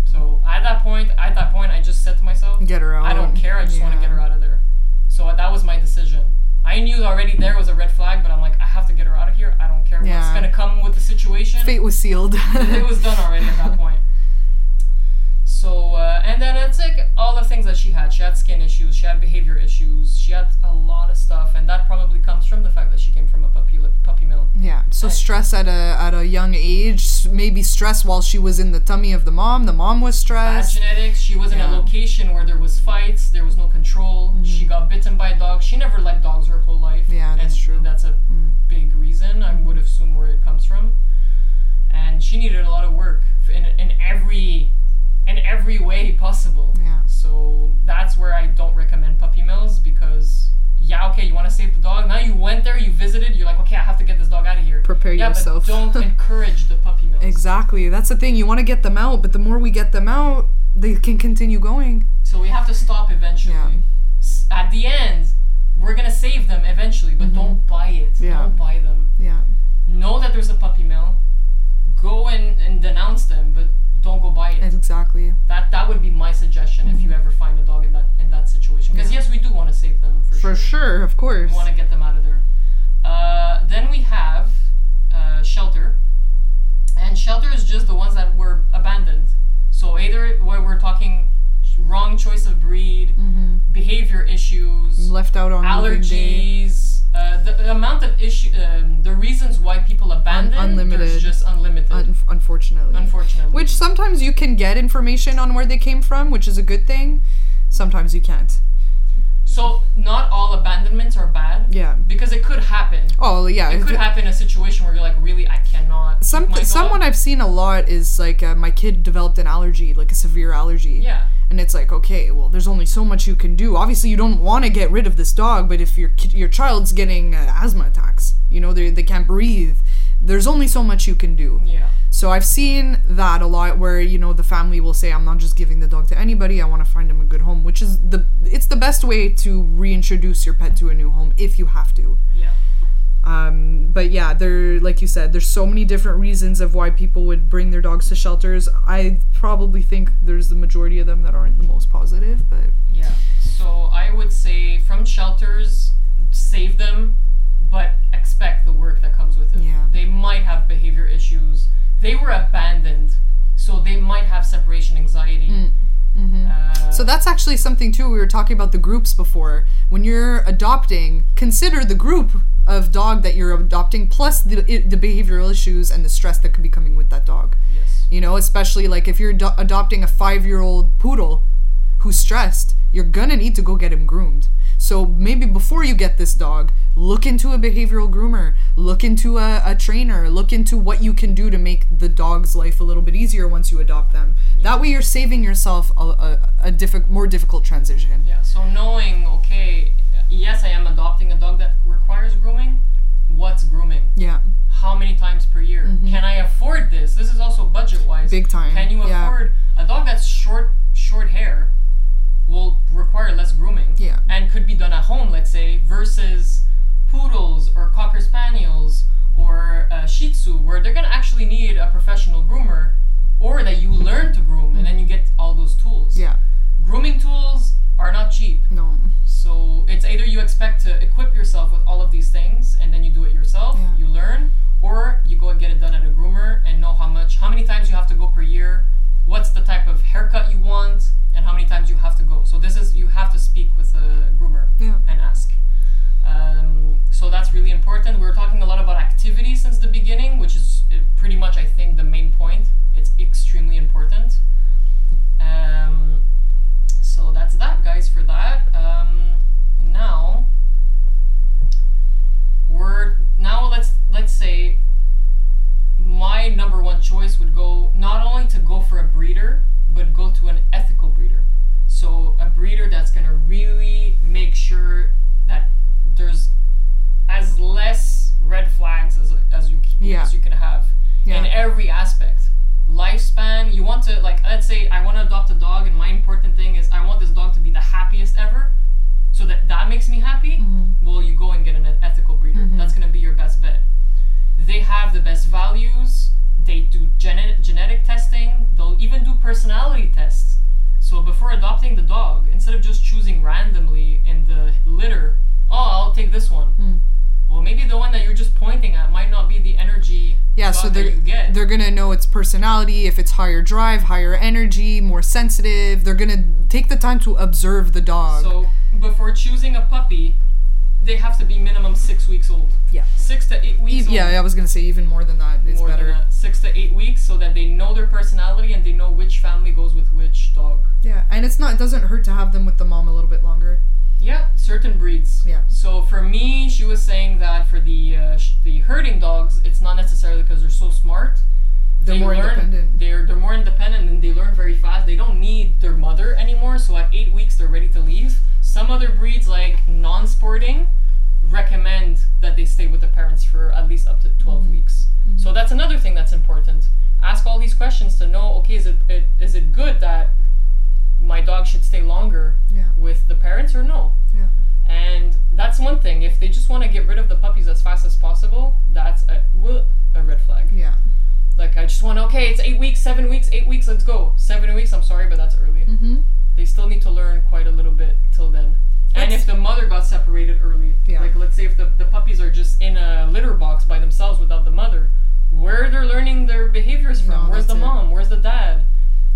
[SPEAKER 1] So at that point, at that point, I just said to myself,
[SPEAKER 2] Get her out.
[SPEAKER 1] I don't care. I just want to get her out of there. So that was my decision. I knew already there was a red flag, but I'm like, I have to get her out of here. I don't care what's
[SPEAKER 2] Yeah.
[SPEAKER 1] gonna come with the situation.
[SPEAKER 2] Fate was sealed.
[SPEAKER 1] it was done already at
[SPEAKER 2] [LAUGHS]
[SPEAKER 1] that point. So uh, and then it's like all the things that she had. She had skin issues. She had behavior issues. She had a lot of stuff, and that probably comes from the fact that she came from a puppy li- puppy mill.
[SPEAKER 2] Yeah. So
[SPEAKER 1] Right.
[SPEAKER 2] stress at a at a young age, s- maybe stress while she was in the tummy of the mom. The mom was
[SPEAKER 1] Bad
[SPEAKER 2] stressed.
[SPEAKER 1] genetics. She was in
[SPEAKER 2] Yeah.
[SPEAKER 1] a location where there was fights. There was no control. She got bitten by a dog. She never liked dogs her whole life.
[SPEAKER 2] Mm-hmm. Yeah, that's
[SPEAKER 1] and
[SPEAKER 2] true.
[SPEAKER 1] That's a
[SPEAKER 2] Mm,
[SPEAKER 1] big reason. I would assume where it comes from. And she needed a lot of work f- in in every in every way possible.
[SPEAKER 2] Yeah.
[SPEAKER 1] So that's where I don't recommend puppy mills because yeah, okay, you want to save the dog. Now you went there, you visited, you're like, okay, I have to get this dog out of here.
[SPEAKER 2] Prepare
[SPEAKER 1] yeah,
[SPEAKER 2] yourself.
[SPEAKER 1] but
[SPEAKER 2] [LAUGHS]
[SPEAKER 1] don't encourage the puppy mills.
[SPEAKER 2] exactly. That's the thing. You want to get them out, but the more we get them out, they can continue going.
[SPEAKER 1] So we have to stop eventually.
[SPEAKER 2] Yeah.
[SPEAKER 1] S- At the end, we're gonna save them eventually, but don't buy it.
[SPEAKER 2] Mm-hmm. Yeah.
[SPEAKER 1] Don't buy them.
[SPEAKER 2] Yeah.
[SPEAKER 1] Know that there's a puppy mill. Go and, and denounce them, but don't go buy it.
[SPEAKER 2] Exactly.
[SPEAKER 1] that that would be my suggestion if you ever find a dog in that in that situation. Because
[SPEAKER 2] Mm-hmm. Yeah.
[SPEAKER 1] yes, we do want to save them for,
[SPEAKER 2] For sure. Of course.
[SPEAKER 1] We want to get them out of there. Uh, then we have uh, shelter, and shelter is just the ones that were abandoned. So either where we're talking wrong choice of breed,
[SPEAKER 2] hmm
[SPEAKER 1] behavior issues,
[SPEAKER 2] Left out on moving day.
[SPEAKER 1] allergies, uh, the, the amount of issue, um, the reasons why people abandon,
[SPEAKER 2] unlimited.
[SPEAKER 1] there's just unlimited,
[SPEAKER 2] Un- unfortunately.
[SPEAKER 1] unfortunately.
[SPEAKER 2] Which sometimes you can get information on where they came from, which is a good thing. Sometimes you can't.
[SPEAKER 1] So not all abandonments are bad
[SPEAKER 2] Yeah.
[SPEAKER 1] because it could happen.
[SPEAKER 2] Oh yeah.
[SPEAKER 1] It could happen in a situation where you're like, really, I cannot. keep
[SPEAKER 2] Some
[SPEAKER 1] my dog.
[SPEAKER 2] someone I've seen a lot is like uh, my kid developed an allergy, like a severe allergy.
[SPEAKER 1] yeah.
[SPEAKER 2] And it's like, okay, well, there's only so much you can do. Obviously, you don't want to get rid of this dog, but if your kid, your child's getting uh, asthma attacks, you know, they they can't breathe. There's only so much you can do.
[SPEAKER 1] Yeah.
[SPEAKER 2] So I've seen that a lot where you know the family will say I'm not just giving the dog to anybody I want to find him a good home which is the it's the best way to reintroduce your pet to a new home if you have to.
[SPEAKER 1] Yeah.
[SPEAKER 2] Um, but yeah, there like you said there's so many different reasons of why people would bring their dogs to shelters. I probably think there's the majority of them that aren't the most positive, but
[SPEAKER 1] Yeah. So I would say from shelters, save them, but expect the work that comes with it.
[SPEAKER 2] Yeah.
[SPEAKER 1] They might have behavior issues. They were abandoned, so they might have separation anxiety. Uh,
[SPEAKER 2] Mm, So that's actually something too. We were talking about the groups before. When you're adopting, consider the group of dog that you're adopting, plus the i- the behavioral issues and the stress that could be coming with that dog.
[SPEAKER 1] yes.
[SPEAKER 2] You know, especially like if you're ado- adopting a five year old poodle who's stressed, you're gonna need to go get him groomed. So maybe before you get this dog, look into a behavioral groomer, look into a, a trainer, look into what you can do to make the dog's life a little bit easier once you adopt them. That way, you're saving yourself a, a, a diffi- more difficult transition.
[SPEAKER 1] Yeah. So knowing, okay, yes, I am adopting a dog that requires grooming. What's grooming?
[SPEAKER 2] Yeah,
[SPEAKER 1] How many times per year?
[SPEAKER 2] Mm-hmm.
[SPEAKER 1] Can I afford this? This is also budget wise.
[SPEAKER 2] big time.
[SPEAKER 1] Can you
[SPEAKER 2] yeah.
[SPEAKER 1] afford a dog that's short short hair will require less grooming
[SPEAKER 2] Yeah.
[SPEAKER 1] and could be done at home, let's say, versus poodles or cocker spaniels or uh, shih tzu where they're going to actually need a professional groomer or that you learn to groom and then you get all those tools.
[SPEAKER 2] Yeah,
[SPEAKER 1] Grooming tools are not cheap.
[SPEAKER 2] no.
[SPEAKER 1] So it's either you expect to equip yourself with all of these things and then you do it yourself,
[SPEAKER 2] Yeah.
[SPEAKER 1] you learn, or you go and get it done at a groomer and know how much, how many times you have to go per year, what's the type of haircut you want, and how many times you have to go. So this is you have to speak with a groomer
[SPEAKER 2] Yeah.
[SPEAKER 1] and ask. Um, so that's really important. We were talking a lot about activity since the beginning, which is uh, pretty much, I think, the main point. It's extremely important. Um, so that's that, guys, for that. Um, now we're now let's let's say my number one choice would go not only to go for a breeder, but go to an ethical breeder. So a breeder that's gonna really make sure that there's as less red flags as, as you c-
[SPEAKER 2] Yeah.
[SPEAKER 1] as you can have in
[SPEAKER 2] Yeah,
[SPEAKER 1] every aspect lifespan you want to like let's say i want to adopt a dog and my important thing is i want this dog to be the happiest ever so that that makes me happy
[SPEAKER 2] Mhm.
[SPEAKER 1] well you go and get an e-, ethical breeder
[SPEAKER 2] Mhm.
[SPEAKER 1] that's going to be your best bet they have the best values they do gene- genetic testing they'll even do personality tests so before adopting the dog instead of just choosing randomly in the litter oh i'll take this one
[SPEAKER 2] Mm.
[SPEAKER 1] well maybe the one that you're just pointing at might not be the energy
[SPEAKER 2] yeah. So
[SPEAKER 1] dog that
[SPEAKER 2] they're
[SPEAKER 1] you get
[SPEAKER 2] they're gonna know its personality if it's higher drive, higher energy, more sensitive. They're gonna take the time to observe the dog.
[SPEAKER 1] So before choosing a puppy, they have to be minimum six weeks old.
[SPEAKER 2] Yeah.
[SPEAKER 1] Six to eight
[SPEAKER 2] E-
[SPEAKER 1] weeks. old,
[SPEAKER 2] yeah, I was gonna say even more than that is
[SPEAKER 1] more
[SPEAKER 2] better.
[SPEAKER 1] than that. Six to eight weeks, so that they know their personality and they know which family goes with which dog.
[SPEAKER 2] Yeah, and it's not. It doesn't hurt to have them with the mom a little bit longer.
[SPEAKER 1] Yeah, certain breeds.
[SPEAKER 2] Yeah.
[SPEAKER 1] So for me, she was saying that for the uh, sh- the herding dogs, it's not necessarily because they're so smart.
[SPEAKER 2] They're more
[SPEAKER 1] learn,
[SPEAKER 2] independent.
[SPEAKER 1] They're they're more independent and they learn very fast. They don't need their mother anymore. So at eight weeks, they're ready to leave. Some other breeds, like non-sporting, recommend that they stay with the parents for at least up to 12
[SPEAKER 2] Mm-hmm.
[SPEAKER 1] weeks. So that's another thing that's important. Ask all these questions to know. Okay, is it, it is it good that my dog should stay longer
[SPEAKER 2] Yeah.
[SPEAKER 1] with the parents or no?
[SPEAKER 2] Yeah.
[SPEAKER 1] And that's one thing. If they just want to get rid of the puppies as fast as possible, that's a, wha- a red flag.
[SPEAKER 2] Yeah.
[SPEAKER 1] Like, I just want, okay, it's eight weeks, seven weeks, eight weeks, let's go. Seven weeks, I'm sorry, but that's early.
[SPEAKER 2] Mm-hmm.
[SPEAKER 1] They still need to learn quite a little bit till then. and
[SPEAKER 2] That's-
[SPEAKER 1] if the mother got separated early,
[SPEAKER 2] Yeah.
[SPEAKER 1] like, let's say if the, the puppies are just in a litter box by themselves without the mother, where they're learning their behaviors from?
[SPEAKER 2] No,
[SPEAKER 1] Where's the
[SPEAKER 2] that's it.
[SPEAKER 1] mom? Where's the dad?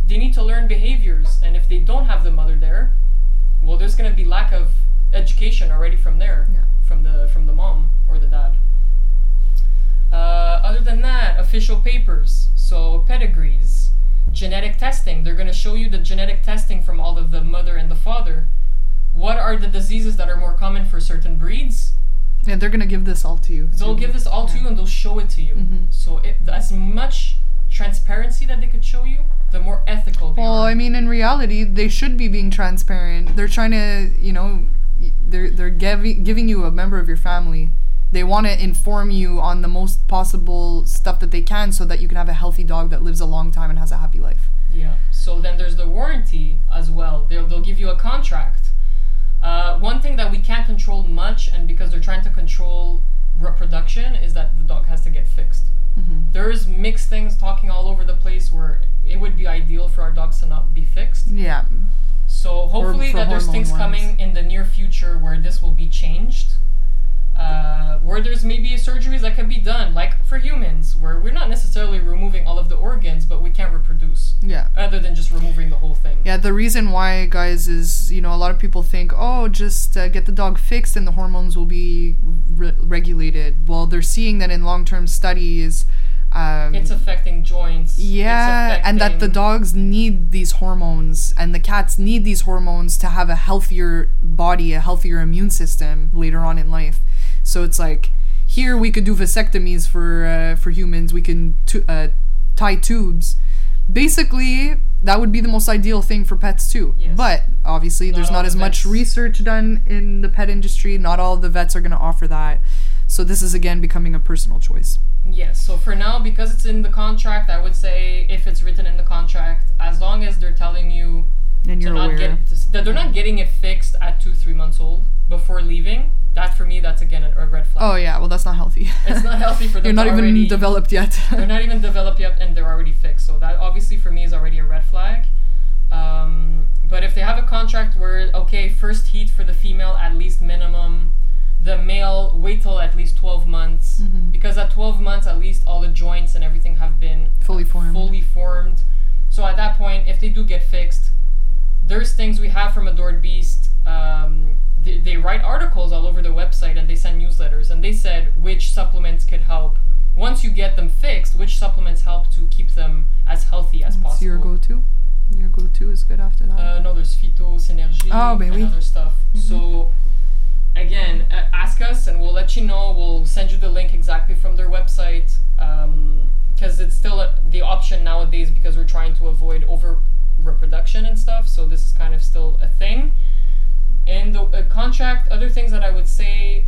[SPEAKER 1] They need to learn behaviors. And if they don't have the mother there, well, there's going to be lack of education already from there
[SPEAKER 2] Yeah.
[SPEAKER 1] from the from the mom or the dad. Uh, other than that, official papers, so pedigrees, genetic testing. They're going to show you the genetic testing from all of the mother and the father. What are the diseases that are more common for certain breeds?
[SPEAKER 2] Yeah, they're gonna give this all to you.
[SPEAKER 1] They'll give this all to you and they'll show it to you.
[SPEAKER 2] Mhm.
[SPEAKER 1] So it, as much transparency that they could show you, the more ethical they
[SPEAKER 2] Well,
[SPEAKER 1] are.
[SPEAKER 2] I mean, in reality, they should be being transparent. They're trying to, you know, y- they're they're giving giving you a member of your family. They want to inform you on the most possible stuff that they can, so that you can have a healthy dog that lives a long time and has a happy life.
[SPEAKER 1] Yeah. So then there's the warranty as well. They'll, they'll give you a contract. Uh, one thing that we can't control much, and because they're trying to control reproduction, is that the dog has to get fixed.
[SPEAKER 2] Mm-hmm.
[SPEAKER 1] There's mixed things talking all over the place where it would be ideal for our dogs to not be fixed.
[SPEAKER 2] Yeah,
[SPEAKER 1] So hopefully
[SPEAKER 2] for
[SPEAKER 1] that there's things
[SPEAKER 2] hormone-wise.
[SPEAKER 1] coming in the near future where this will be changed. Uh, where there's maybe surgeries that can be done, like for humans, where we're not necessarily removing all of the organs, but we can't reproduce
[SPEAKER 2] yeah.
[SPEAKER 1] other than just removing the whole thing.
[SPEAKER 2] Yeah, the reason why, guys, is you know a lot of people think, oh, just uh, get the dog fixed and the hormones will be re- regulated. Well, they're seeing that in long-term studies, um,
[SPEAKER 1] It's affecting joints. it's
[SPEAKER 2] yeah, and that the
[SPEAKER 1] affecting-
[SPEAKER 2] dogs need these hormones and the cats need these hormones to have a healthier body, a healthier immune system later on in life. So it's like here we could do vasectomies for uh, for humans. We can tu- uh, tie tubes. Basically, that would be the most ideal thing for pets too.
[SPEAKER 1] Yes.
[SPEAKER 2] But obviously,
[SPEAKER 1] Not
[SPEAKER 2] there's
[SPEAKER 1] all
[SPEAKER 2] not
[SPEAKER 1] the
[SPEAKER 2] as much
[SPEAKER 1] vets.
[SPEAKER 2] research done in the pet industry. Not all the vets are going to offer that. So this is again becoming a personal choice.
[SPEAKER 1] Yes, so for now, because it's in the contract, I would say if it's written in the contract, as long as they're telling you
[SPEAKER 2] And
[SPEAKER 1] to
[SPEAKER 2] you're
[SPEAKER 1] not
[SPEAKER 2] aware.
[SPEAKER 1] get to, s- that they're not getting it fixed at two, three months old before leaving, that for me, that's again a a red
[SPEAKER 2] Oh
[SPEAKER 1] flag.
[SPEAKER 2] yeah, well that's not healthy.
[SPEAKER 1] It's
[SPEAKER 2] [LAUGHS]
[SPEAKER 1] not healthy for them
[SPEAKER 2] You're not
[SPEAKER 1] to
[SPEAKER 2] even
[SPEAKER 1] already-
[SPEAKER 2] developed yet.
[SPEAKER 1] [LAUGHS] They're not even developed yet, and they're already fixed. So that obviously for me is already a red flag. Um, but if they have a contract where okay, first heat for the female at least minimum, the male wait till at least twelve months
[SPEAKER 2] Mhm.
[SPEAKER 1] because at twelve months at least all the joints and everything have been
[SPEAKER 2] Fully formed.
[SPEAKER 1] fully formed. So at that point, if they do get fixed, there's things we have from Adored Beast. Um, they, they write articles all over their website and they send newsletters and they said which supplements could help. Once you get them fixed, which supplements help to keep them as healthy as
[SPEAKER 2] What's
[SPEAKER 1] possible.
[SPEAKER 2] your go-to? Your go-to is good after that.
[SPEAKER 1] Uh, no, there's Phyto, Synergy,
[SPEAKER 2] Oh, ben
[SPEAKER 1] and
[SPEAKER 2] oui.
[SPEAKER 1] other stuff. So, again, uh, ask us and we'll let you know. We'll send you the link exactly from their website because it's still uh the option nowadays because we're trying to avoid over reproduction and stuff. So, this is kind of still a thing. In the uh, contract, other things that I would say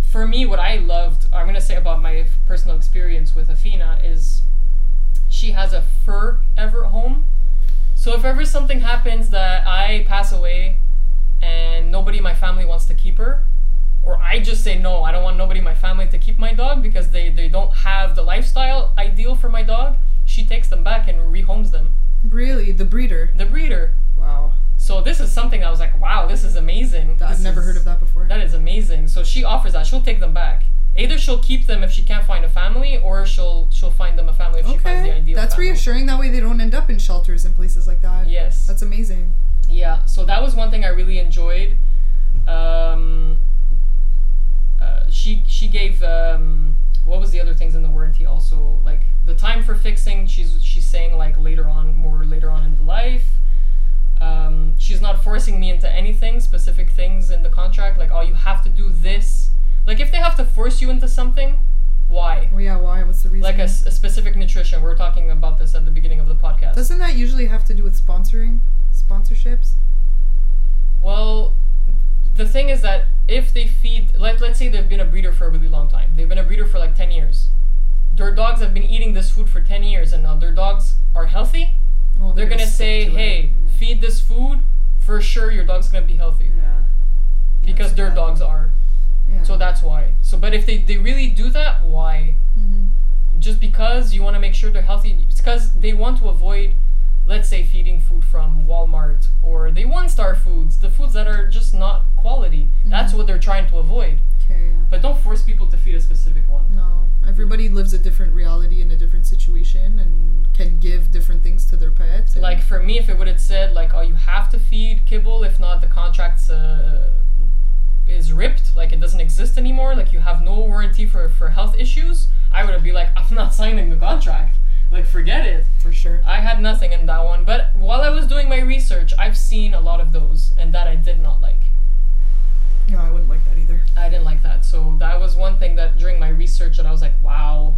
[SPEAKER 1] for me, what I loved, I'm going to say about my personal experience with Athena is she has a fur ever home. So if ever something happens that I pass away and nobody in my family wants to keep her, or I just say no, I don't want nobody in my family to keep my dog because they, they don't have the lifestyle ideal for my dog, she takes them back and rehomes them.
[SPEAKER 2] really, the breeder.
[SPEAKER 1] The breeder.
[SPEAKER 2] Wow,
[SPEAKER 1] So this is something I was like, wow, this is amazing.
[SPEAKER 2] I've
[SPEAKER 1] This
[SPEAKER 2] never
[SPEAKER 1] is-
[SPEAKER 2] heard of that before.
[SPEAKER 1] that is amazing. So she offers that. She'll take them back. Either she'll keep them if she can't find a family, or she'll she'll find them a family if she finds the
[SPEAKER 2] okay,
[SPEAKER 1] ideal.
[SPEAKER 2] that's
[SPEAKER 1] family.
[SPEAKER 2] reassuring. That way they don't end up in shelters and places like that.
[SPEAKER 1] Yes.
[SPEAKER 2] That's amazing.
[SPEAKER 1] yeah. So that was one thing I really enjoyed. Um, uh, she she gave um, what was the other things in the warranty also like the time for fixing. She's she's saying like later on, more later on in the life. Um, she's not forcing me into anything specific things in the contract like oh you have to do this like if they have to force you into something why
[SPEAKER 2] Well, yeah, why? What's the reason?
[SPEAKER 1] like a, s- a specific nutrition. We were talking about this at the beginning of the podcast.
[SPEAKER 2] Doesn't that usually have to do with sponsoring, sponsorships?
[SPEAKER 1] well, the thing is that if they feed, like, let's say they've been a breeder for a really long time, they've been a breeder for like 10 years. Their dogs have been eating this food for 10 years and now their dogs are healthy.
[SPEAKER 2] Well,
[SPEAKER 1] They're gonna
[SPEAKER 2] stick
[SPEAKER 1] say,
[SPEAKER 2] to it.
[SPEAKER 1] hey, feed this food, for sure your dog's gonna be healthy.
[SPEAKER 3] Yeah.
[SPEAKER 1] Because their
[SPEAKER 3] Yeah.
[SPEAKER 1] dogs are.
[SPEAKER 2] yeah.
[SPEAKER 1] So that's why. So, but if they, they really do that, why?
[SPEAKER 2] Mhm.
[SPEAKER 1] just because you want to make sure they're healthy it's because they want to avoid let's say feeding food from walmart or they want star foods the foods that are just not quality that's
[SPEAKER 2] Mhm.
[SPEAKER 1] what they're trying to avoid
[SPEAKER 2] Okay. yeah.
[SPEAKER 1] but don't force people to feed a specific one
[SPEAKER 2] No, everybody lives a different reality in a different situation and can give different things to their pets. and-
[SPEAKER 1] like for me if it would have said like oh you have to feed kibble if not the contract's uh, is ripped like it doesn't exist anymore like you have no warranty for for health issues i would have been like i'm not signing the contract Like, forget it.
[SPEAKER 2] for sure.
[SPEAKER 1] I had nothing in that one. But while I was doing my research, I've seen a lot of those, and that I did not like.
[SPEAKER 2] No, I wouldn't like that either.
[SPEAKER 1] I didn't like that. So that was one thing that during my research that I was like, wow.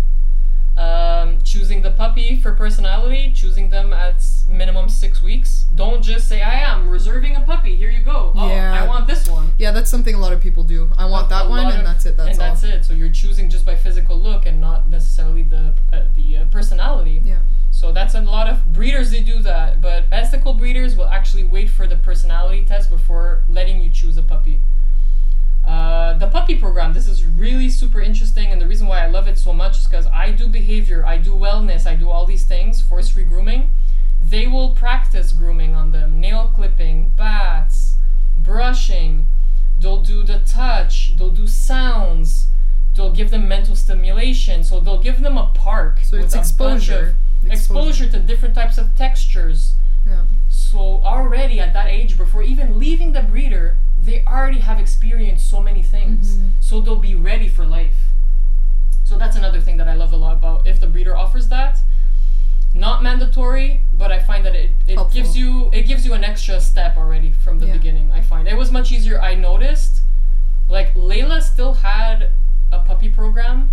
[SPEAKER 1] Um, choosing the puppy for personality, choosing them at s- minimum six weeks. Don't just say, I am reserving a puppy. Here you go. Oh,
[SPEAKER 2] Yeah.
[SPEAKER 1] I want this one.
[SPEAKER 2] Yeah, that's something a lot of people do. I want
[SPEAKER 1] A-
[SPEAKER 2] that
[SPEAKER 1] a
[SPEAKER 2] one,
[SPEAKER 1] lot
[SPEAKER 2] and
[SPEAKER 1] of-
[SPEAKER 2] that's it. That's
[SPEAKER 1] and
[SPEAKER 2] all.
[SPEAKER 1] that's it. So you're choosing just by physical look and not necessarily the uh, the uh, personality.
[SPEAKER 2] Yeah.
[SPEAKER 1] So that's a lot of breeders they do that, but ethical breeders will actually wait for the personality test before letting you choose a puppy. Uh, the puppy program. This is really super interesting, and the reason why I love it so much is because I do behavior, I do wellness, I do all these things, force free grooming. They will practice grooming on them, nail clipping, baths, brushing. They'll do the touch. They'll do sounds. They'll give them mental stimulation. So they'll give them a park.
[SPEAKER 2] So
[SPEAKER 1] with
[SPEAKER 2] it's
[SPEAKER 1] a bunch of-
[SPEAKER 2] exposure.
[SPEAKER 1] exposure to different types of textures.
[SPEAKER 2] Yeah.
[SPEAKER 1] So already at that age, before even leaving the breeder, they already have experienced so many things.
[SPEAKER 2] Mhm.
[SPEAKER 1] So they'll be ready for life. So that's another thing that I love a lot about if the breeder offers that. Not mandatory, but I find that it, it
[SPEAKER 2] Helpful.
[SPEAKER 1] gives you it gives you an extra step already from the
[SPEAKER 2] Yeah.
[SPEAKER 1] beginning. I find it was much easier. I noticed, like Layla still had a puppy program.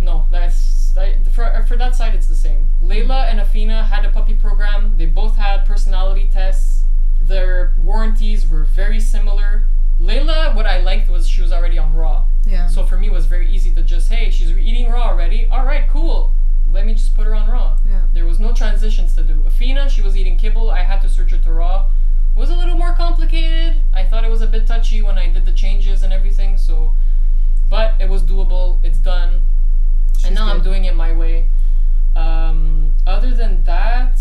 [SPEAKER 1] No, that's I, for for that side it's the same. Layla and Afina had a puppy program. They both had personality tests. Their warranties were very similar. Layla, what I liked was she was already on raw.
[SPEAKER 2] Yeah.
[SPEAKER 1] So for me, it was very easy to just, hey, she's eating raw already. All right, cool. Let me just put her on raw.
[SPEAKER 2] yeah.
[SPEAKER 1] There was no transitions to do. Afina, she was eating kibble. I had to search her to raw. Was a little more complicated. I thought it was a bit touchy when I did the changes and everything. So, but it was doable. It's done
[SPEAKER 2] she's
[SPEAKER 1] and now I'm
[SPEAKER 2] good.
[SPEAKER 1] doing it my way. Um, other than that,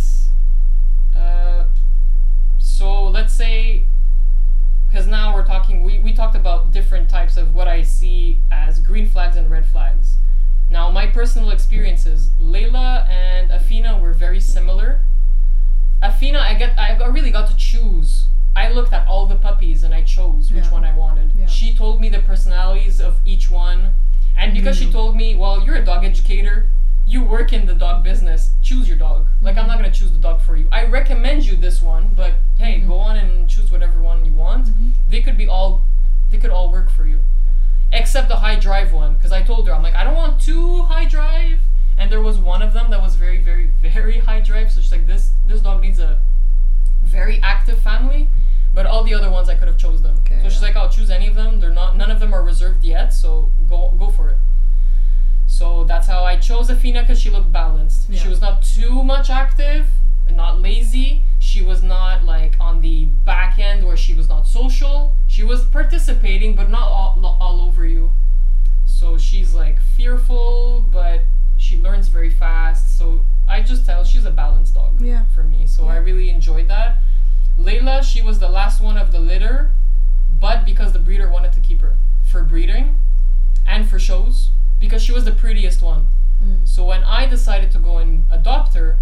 [SPEAKER 1] uh, so let's say, because now we're talking, we, we talked about different types of what I see as green flags and red flags. Now, my personal experiences, Layla and Afina were very similar. Afina, I get, I got- really got to choose. I looked at all the puppies and I chose which
[SPEAKER 2] Yeah.
[SPEAKER 1] one I wanted.
[SPEAKER 2] Yeah.
[SPEAKER 1] She told me the personalities of each one, and because she
[SPEAKER 2] Mhm.
[SPEAKER 1] told me, well, you're a dog educator, you work in the dog business, choose your dog. Like, I'm not gonna choose the dog for you. I recommend you this one, but hey, go on and choose whatever one you want.
[SPEAKER 2] Mhm.
[SPEAKER 1] They could be all, they could all work for you. Except the high drive one, because I told her, I'm like, I don't want too high drive. And there was one of them that was very, very, [LAUGHS] very high drive. So she's like, this this dog needs a very active family. But all the other ones, I could have chose them.
[SPEAKER 2] Okay,
[SPEAKER 1] so she's
[SPEAKER 2] yeah.
[SPEAKER 1] like, I'll choose any of them. They're not, none of them are reserved yet. So go go for it. So that's how I chose Afina because she looked balanced.
[SPEAKER 2] Yeah.
[SPEAKER 1] She was not too much active, not lazy. She was not like on the back end where she was not social. She was participating, but not all, all over you. So she's like fearful, but she learns very fast. So I just tell she's a balanced dog
[SPEAKER 2] Yeah.
[SPEAKER 1] for me. So I
[SPEAKER 2] Yeah.
[SPEAKER 1] really enjoyed that. Layla, she was the last one of the litter, but because the breeder wanted to keep her for breeding and for shows, because she was the prettiest one.
[SPEAKER 2] Mm.
[SPEAKER 1] So when I decided to go and adopt her,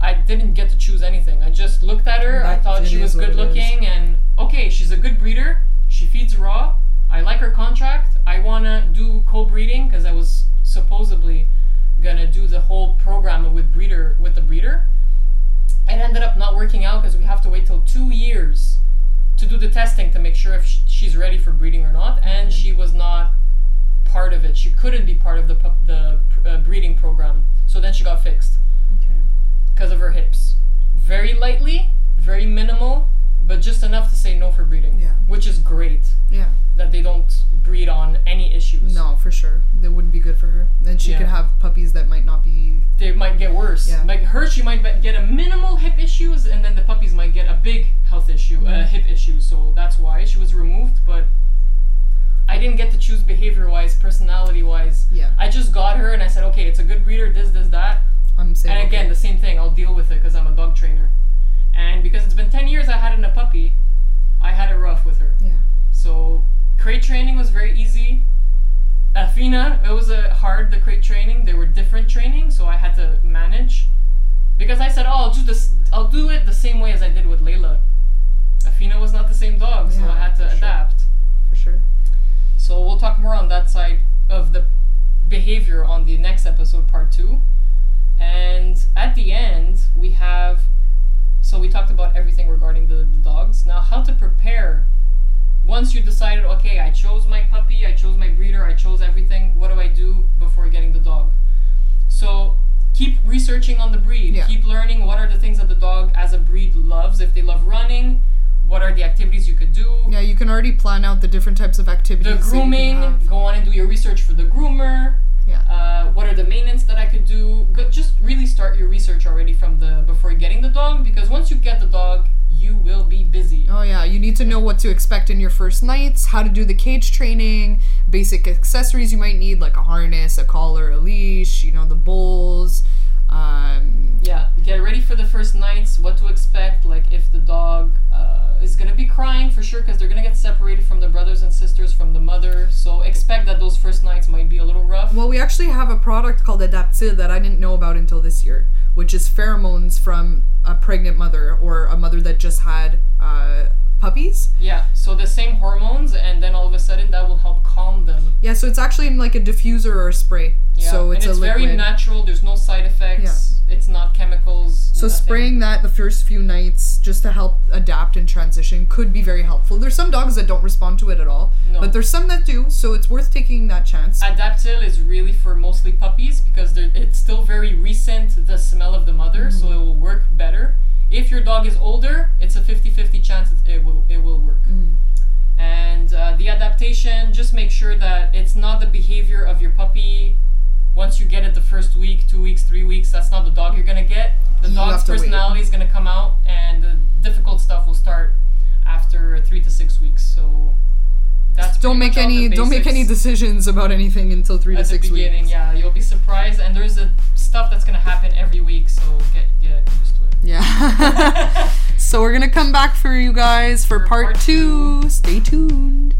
[SPEAKER 1] I didn't get to choose anything. I just looked at her. I
[SPEAKER 2] That-
[SPEAKER 1] thought
[SPEAKER 2] it
[SPEAKER 1] she was
[SPEAKER 2] is what it
[SPEAKER 1] good
[SPEAKER 2] is.
[SPEAKER 1] looking, and okay, she's a good breeder. She feeds raw. I like her contract. I wanna do co-breeding because I was supposedly gonna do the whole program with breeder with the breeder. It ended up not working out because we have to wait till two years to do the testing to make sure if sh- she's ready for breeding or not, and
[SPEAKER 2] Mhm.
[SPEAKER 1] she was not part of it. She couldn't be part of the pup- the uh, breeding program. So then she got fixed
[SPEAKER 2] Okay.
[SPEAKER 1] because of her hips. Very lightly, very minimal, but just enough to say no for breeding.
[SPEAKER 2] Yeah.
[SPEAKER 1] Which is great
[SPEAKER 2] Yeah.
[SPEAKER 1] that they don't breed on any issues.
[SPEAKER 2] No, for sure. That wouldn't be good for her. Then she
[SPEAKER 1] Yeah.
[SPEAKER 2] could have puppies that might not be.
[SPEAKER 1] They might get worse.
[SPEAKER 2] Yeah.
[SPEAKER 1] Like her, she might be- get a minimal hip issues, and then the puppies might get a big health issue, uh,
[SPEAKER 2] Mhm.
[SPEAKER 1] hip issue. So that's why she was removed. But I didn't get to choose behavior wise, personality wise.
[SPEAKER 2] Yeah.
[SPEAKER 1] I just got her, and I said, okay, it's a good breeder. This, this, that.
[SPEAKER 2] I'm saying.
[SPEAKER 1] And again, the same thing. I'll deal with it because I'm a dog trainer. And because it's been 10 years I had in a puppy, I had it rough with her.
[SPEAKER 2] Yeah.
[SPEAKER 1] So crate training was very easy. Athena, it was a hard the crate training. They were different training, so I had to manage. Because I said, "Oh, I'll do this. I'll do it the same way as I did with Layla." Athena was not the same dog, so I
[SPEAKER 2] Yeah,
[SPEAKER 1] had to
[SPEAKER 2] for sure.
[SPEAKER 1] adapt.
[SPEAKER 2] for sure.
[SPEAKER 1] So we'll talk more on that side of the behavior on the next episode, part two. And at the end, we have. So we talked about everything regarding the, the dogs. Now, how to prepare. Once you decided, okay, I chose my puppy, I chose my breeder, I chose everything, what do I do before getting the dog? So keep researching on the breed.
[SPEAKER 2] Yeah.
[SPEAKER 1] Keep learning what are the things that the dog as a breed loves. If they love running, what are the activities you could do?
[SPEAKER 2] Yeah, you can already plan out the different types of activities.
[SPEAKER 1] the
[SPEAKER 2] that you can
[SPEAKER 1] grooming
[SPEAKER 2] have.
[SPEAKER 1] go on and do your research for the groomer
[SPEAKER 2] Yeah.
[SPEAKER 1] uh, what are the maintenance that i could do Go, just really start your research already from the before getting the dog because once you get the dog you will be busy
[SPEAKER 2] Oh yeah, you need to know what to expect in your first nights, how to do the cage training, basic accessories you might need like a harness, a collar, a leash, you know, the bowls. Um,
[SPEAKER 1] yeah get ready for the first nights what to expect like if the dog uh, is gonna be crying for sure because they're gonna get separated from the brothers and sisters from the mother so expect that those first nights might be a little rough
[SPEAKER 2] well, we actually have a product called Adaptil that I didn't know about until this year, which is pheromones from a pregnant mother or a mother that just had uh, puppies.
[SPEAKER 1] yeah so the same hormones and then all of a sudden that will help calm them
[SPEAKER 2] Yeah, so it's actually in like a diffuser or a spray.
[SPEAKER 1] Yeah.
[SPEAKER 2] So it's,
[SPEAKER 1] and it's
[SPEAKER 2] a liquid.
[SPEAKER 1] very natural. There's no side effects. It's not chemicals.
[SPEAKER 2] So
[SPEAKER 1] nothing.
[SPEAKER 2] spraying that the first few nights just to help adapt and transition could be very helpful. There's some dogs that don't respond to it at all,
[SPEAKER 1] No.
[SPEAKER 2] but there's some that do, so it's worth taking that chance.
[SPEAKER 1] Adaptil is really for mostly puppies because they're, it's still very recent, the smell of the mother, so
[SPEAKER 2] Mm-hmm.
[SPEAKER 1] it will work better. If your dog is older, it's a 50 50 chance it, it, will, it will work.
[SPEAKER 2] Mm-hmm.
[SPEAKER 1] And uh, the adaptation, just make sure that it's not the behavior of your puppy. Once you get it the first week, two weeks, three weeks, that's not the dog you're gonna get. The
[SPEAKER 2] You
[SPEAKER 1] dog's
[SPEAKER 2] have to wait.
[SPEAKER 1] personality is gonna come out, and the difficult stuff will start after three to six weeks. So that's
[SPEAKER 2] Don't
[SPEAKER 1] pretty
[SPEAKER 2] make
[SPEAKER 1] much all the
[SPEAKER 2] any don't make
[SPEAKER 1] basics
[SPEAKER 2] any decisions about anything until three
[SPEAKER 1] at
[SPEAKER 2] to
[SPEAKER 1] the
[SPEAKER 2] six
[SPEAKER 1] beginning,
[SPEAKER 2] weeks.
[SPEAKER 1] yeah, you'll be surprised, and there's a stuff that's gonna happen every week, so get get used to it.
[SPEAKER 2] [LAUGHS] Yeah. so we're gonna come back for you guys for,
[SPEAKER 1] For
[SPEAKER 2] part,
[SPEAKER 1] part
[SPEAKER 2] two. Stay tuned.